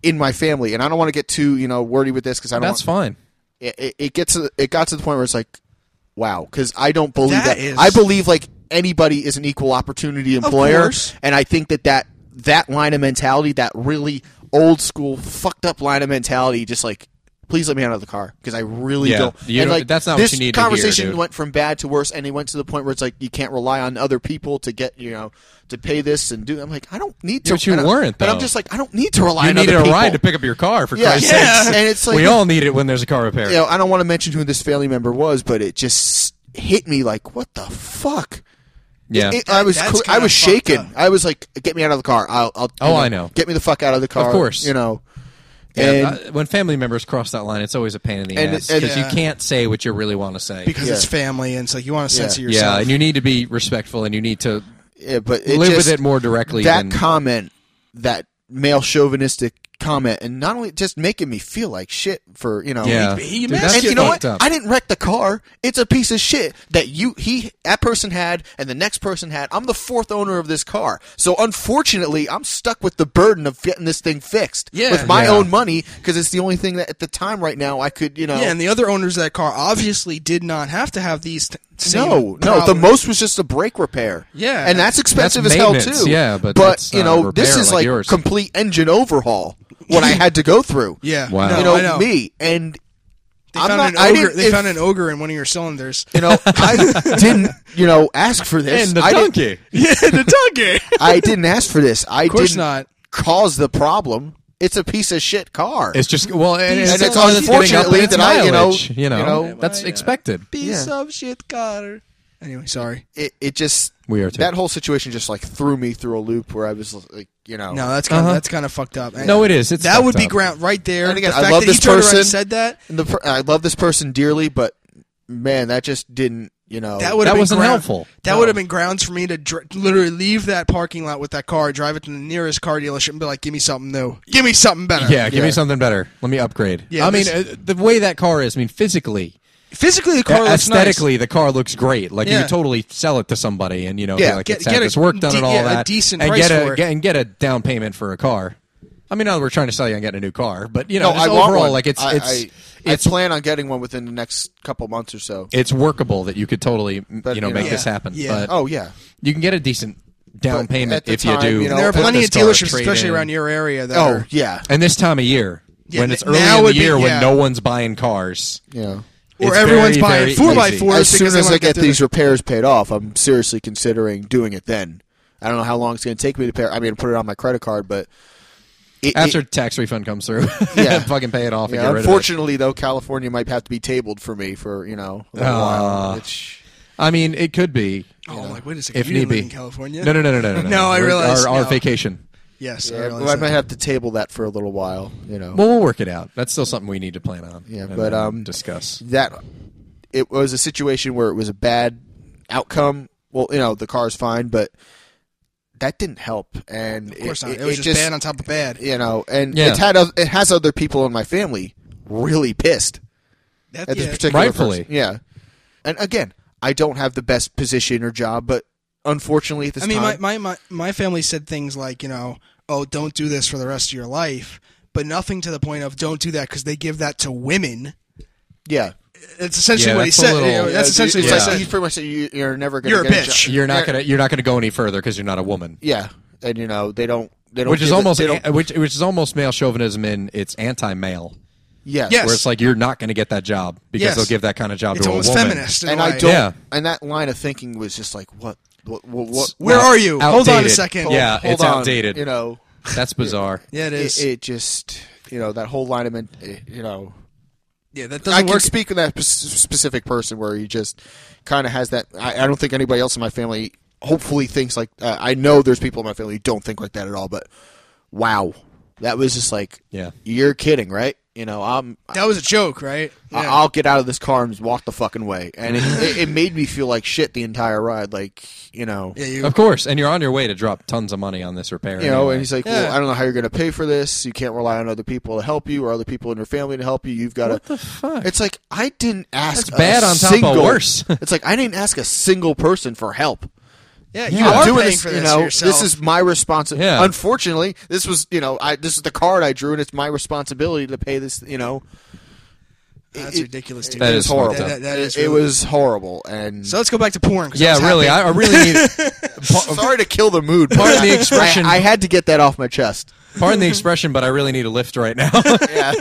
in my family and i don't want to get too you know wordy with this because i don't that's want- fine. it, it- it gets to, it got to the point where it's like wow because i don't believe That that, is- i believe like anybody is an equal opportunity employer course. and i think that that that line of mentality that really old school fucked up line of mentality just like please let me out of the car because i really Yeah, don't you and don't- like that's not what this you need to hear, conversation dude. went from bad to worse and it went to the point where it's like you can't rely on other people to get you know to pay this and do i'm like i don't need to But you and I- weren't, and i'm though. just like i don't need to rely You on needed other a people ride to pick up your car for yeah, Christ's Yeah. sake. and it's like we all need it when there's a car repair. you know, I don't want to mention who this family member was, but it just hit me like, what the fuck? yeah. It- I was That's cl- I kinda was fucked shaken. up. I was like, get me out of the car. I'll, I'll Oh, you I know. Get me the fuck out of the car. course. you know. Yeah, and uh, when family members cross that line, it's always a pain in the And- ass and- uh, because you Yeah. can't say what you really want to say. Because Yeah. it's family, and it's like you want to censor Yeah. yourself. yeah, and you need to be respectful and you need to yeah, but it live just, with it more directly. That than, comment, that male chauvinistic comment, and not only just making me feel like shit for you know. yeah, He- he Dude, that's And you know what? fucked up. I didn't wreck the car. It's a piece of shit that you he that person had and the next person had. I'm the fourth owner of this car. So unfortunately, I'm stuck with the burden of getting this thing fixed Yeah. with my Yeah. own money because it's the only thing that at the time right now I could, you know. Yeah, and the other owners of that car obviously did not have to have these. T- same no, no. The problems. most was just a brake repair. Yeah. and that's expensive as hell maintenance, too. yeah, but that's you not a know, this repair is like like yours. complete engine overhaul. What I had to go through. Yeah, Wow. no, you know, I know. me and They I'm found not- an I ogre. didn't- They if- found an ogre in one of your cylinders. you know I didn't you know ask for this. and the I didn't- donkey. yeah, the donkey. I didn't ask for this. I course didn't not. cause the problem. It's a piece of shit car. It's just well, and, And it's all that's getting up unfortunately in its that I, you know, mileage, you know, you know, that's why, uh, expected. Piece of shit car. Anyway, sorry. it, it just We are too. that whole situation just like threw me through a loop where I was like, you know, No, that's kind of Uh-huh. that's kind of fucked up. No, it is. It's that fucked would be up. ground right there. And again, the I fact love that this he turned around person. and said that Oh. and the, per- I love this person dearly, but man, that just didn't, you know, that would That have been wasn't ground- helpful. That No. would have been grounds for me to dr- literally leave that parking lot with that car, drive it to the nearest car dealership, and be like, "Give me something new. Give me something better." Yeah, give Yeah. me something better. Let me upgrade. Yeah, I mean, this- uh, the way that car is, I mean, physically, Physically, the car looks aesthetically, the car looks great. Like you Yeah. could totally sell it to somebody, and you know, Yeah, be like, get- it's had get a this work done de- and all yeah, a that, decent and price get a for it. Get, and get a down payment for a car. I mean, now that we're trying to sell you on getting a new car, but you know, no, just I want overall, one. like it's I, it's I, I plan on getting one within the next couple months or so. it's workable that you could totally But, you know you make know. this Yeah. happen. Yeah. But oh yeah, you can get a decent down But at payment the if time, you do. you know, nice. There are Put plenty of this car dealerships, trade especially in. around your area, that oh are yeah, And this time of year, Yeah, when n- it's early now in the would be- year, when yeah. no one's buying cars, yeah. Or it's everyone's very, buying very four by easy. four. as because soon they as wanna I get through the- these repairs paid off, I'm seriously considering doing it then. I don't know how long it's going to take me to pay. I mean, put it on my credit card, but it, it- After tax refund comes through, Yeah. fucking pay it off. yeah, and get rid of it. unfortunately, though, California might have to be tabled for me for you know a little Ah. while. Which, I mean, it could be Oh, I'm like wait a second. if you need didn't live be in California. No, Uh, no, no, no, no, no. No, I We're- realize, our, our no. vacation. Yes, I Yeah, realize I that. might have to table that for a little while. You know, Well, we'll work it out. That's still something we need to plan on. Yeah, and but, then um, discuss. that it was a situation where it was a bad outcome. Well, you know, the car's fine, but that didn't help. And Of course not. It, was just, bad on top of bad. you know, and Yeah. it's had oth- it has other people in my family really pissed That, at yeah, this particular Rightfully. person. Yeah, and again, I don't have the best position or job, but unfortunately, at this I mean, my, time, my, my, my family said things like, you know, oh, don't do this for the rest of your life, but nothing to the point of don't do that because they give that to women. yeah, That's essentially Yeah, what he that's a said. little- You know, that's Yeah, essentially it's what like- I He said. pretty much said you, you're never going You're to a get bitch. job. You're not gonna you're not gonna go any further because you're not a woman. Yeah, and you know they don't they don't Which is give it- almost they don't- a- which which is almost male chauvinism in it's anti male. yes. Yes. Where it's like you're not gonna get that job because Yes. they'll give that kind of job It's to a woman. almost feminist. in a and I way. don't. Yeah. And that line of thinking was just like, what, what, what? what Where Well, are you? Hold on a outdated. second. Yeah, hold it's on, outdated. You know, That's bizarre. Yeah, it it, is. it just, you know, that whole line of, men- eh, you know, yeah, that I doesn't can work. speak with that p- specific person where he just kind of has that. I, I don't think anybody else in my family hopefully thinks like. Uh, I know there's people in my family who don't think like that at all, but wow, that was just like, Yeah. you're kidding, right? You know, I'm that was a joke, right? I- Yeah. I'll get out of this car and walk the fucking way. And it, it, it made me feel like shit the entire ride. Like, you know, yeah, you, Of course, and you're on your way to drop tons of money on this repair. you know, anyway. and he's like, well, Yeah. I don't know how you're going to pay for this. You can't rely on other people to help you or other people in your family to help you. You've got "What to. the fuck?" It's like I didn't ask. That's bad a on top of single, worse. it's like I didn't ask a single person for help. yeah, Yeah. you are I'm doing paying this, for you this know. yourself. This is my responsibility. Yeah. Unfortunately, this was, you know, I this is the card I drew, and it's my responsibility to pay this. You know, that's it- ridiculous. Dude. That it is was horrible. fucked up. That- that is it, it really- was horrible, and so let's go back to porn. 'cause I was yeah, really. happy. I, I really need uh, Sorry to kill the mood. but Pardon the I- expression. I, I had to get that off my chest. pardon the expression, but I really need a lift right now Yeah,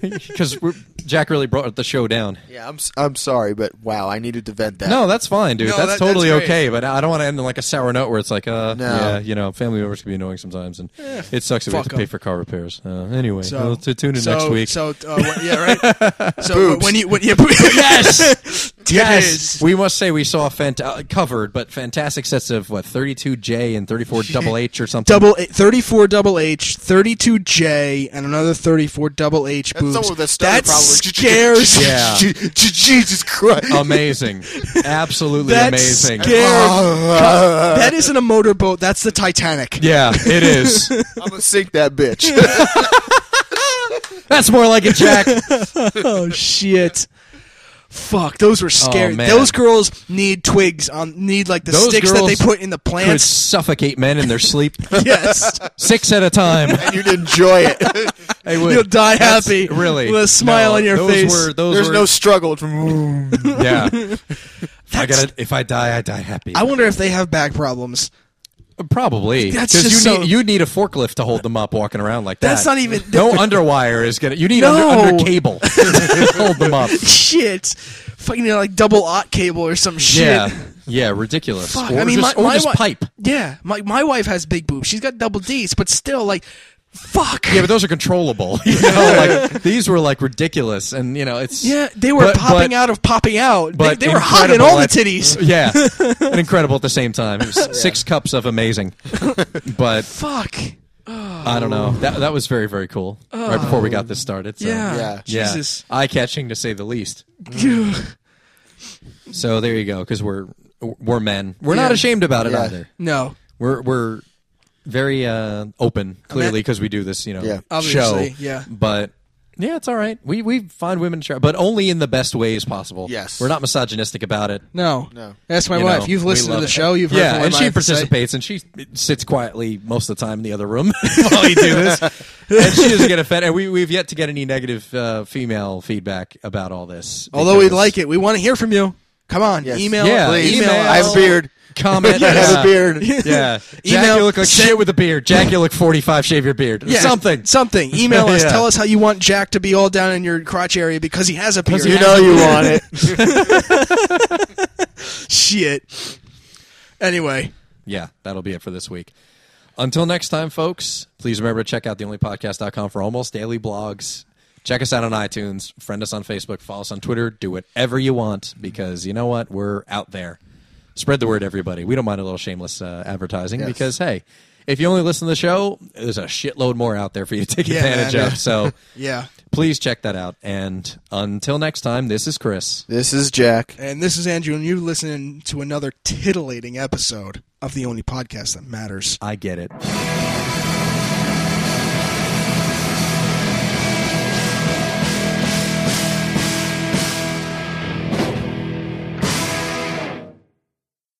because Jack really brought the show down. yeah. I'm s- I'm sorry, but wow, I needed to vent that. No, that's fine, dude. No, that's that- that's totally great. okay. But I don't want to end on like a sour note where it's like, uh, No. yeah, you know, family members can be annoying sometimes, and it sucks that we Eh, have fuck to pay 'em. for car repairs. Uh, anyway, So, well, to tune in so, next week. So uh, what- yeah, right. So when you when you yes Yes, we must say we saw fant- uh, covered, but fantastic sets of what thirty-two J and thirty-four double H or something. double A- 34 double H, 32 J, and another 34 double H that's boobs. someone with a stutter that problem. scares. Yeah. Jesus Christ. amazing, absolutely That amazing. Uh, scares. that isn't a motorboat. That's the Titanic. Yeah, it is. I'm gonna sink that bitch. That's more like it, Jack. Oh shit. Fuck, those were scary. man. those girls need twigs on need like the Those sticks that they girls put in the Could plants. suffocate men in their sleep Yes. six at a time. and you'd enjoy it. They would. You'll die That's- happy Really, with a smile No, on your those face. Were, those There's were, no struggle. It's from Yeah. If I gotta, if I die, I die happy. I wonder if they have back problems. Probably That's because you just so- need you need a forklift to hold them up walking around like that. That's not even- no underwire is gonna. You need No. under, under cable to hold them up. Shit. Fucking you know, like double ot cable or some shit. Yeah, yeah, ridiculous. Fuck, Or I mean, just, my, or my just wi- pipe. Yeah, my my wife has big boobs. She's got double D's, but still, like, fuck. Yeah, but those are controllable. You know, like these were like ridiculous, and you know it's Yeah, they were but- popping but- out of popping out. They, But they were hot in incredible all the at- titties. Yeah, and incredible at the same time. It was Six cups of amazing, but Fuck. I don't know. That that was very very cool. Right before we got this started. So. Oh. Yeah. Yeah. Mm. Jesus. Eye catching to say the least. So there you go. Because we're we're men. We're not Yeah. ashamed about it Yeah. either. no. We're we're very uh, open clearly because we do this. You know, Yeah. show. Obviously, yeah. but. Yeah, it's all right. We we find women attra- but only in the best ways possible. Yes. we're not misogynistic about it. No. No. That's my you wife. know. You've We listened to love the it. show. You've heard yeah, from and what she my wife say. participates, and she sits quietly most of the time in the other room while you do this, and she doesn't get offended. And we we've yet to get any negative uh, female feedback about all this. Although we because- like it, we want to hear from you. Come on, Yes. email, Yeah, please. email email. us. I have a beard. comment. I have uh, a beard. Yeah, Jack, Email- you look like send- shit with a beard. Jack, you look forty-five. Shave your beard. Yeah, Something. something. Email us. Yeah. Tell us how you want Jack to be all down in your crotch area because he has a beard. You know you want it. shit. Anyway, Yeah, that'll be it for this week. Until next time, folks, please remember to check out theonlypodcast.com for almost daily blogs. Check us out on iTunes, friend us on Facebook, follow us on Twitter, do whatever you want because you know what? We're out there. Spread the word, everybody. We don't mind a little shameless uh, advertising because, hey, if you only listen to the show, there's a shitload more out there for you to take Yeah, advantage man. of. So Yeah. please check that out. And until next time, this is Chris. This is Jack. And this is Andrew, and you're listening to another titillating episode of the only podcast that matters. I get it.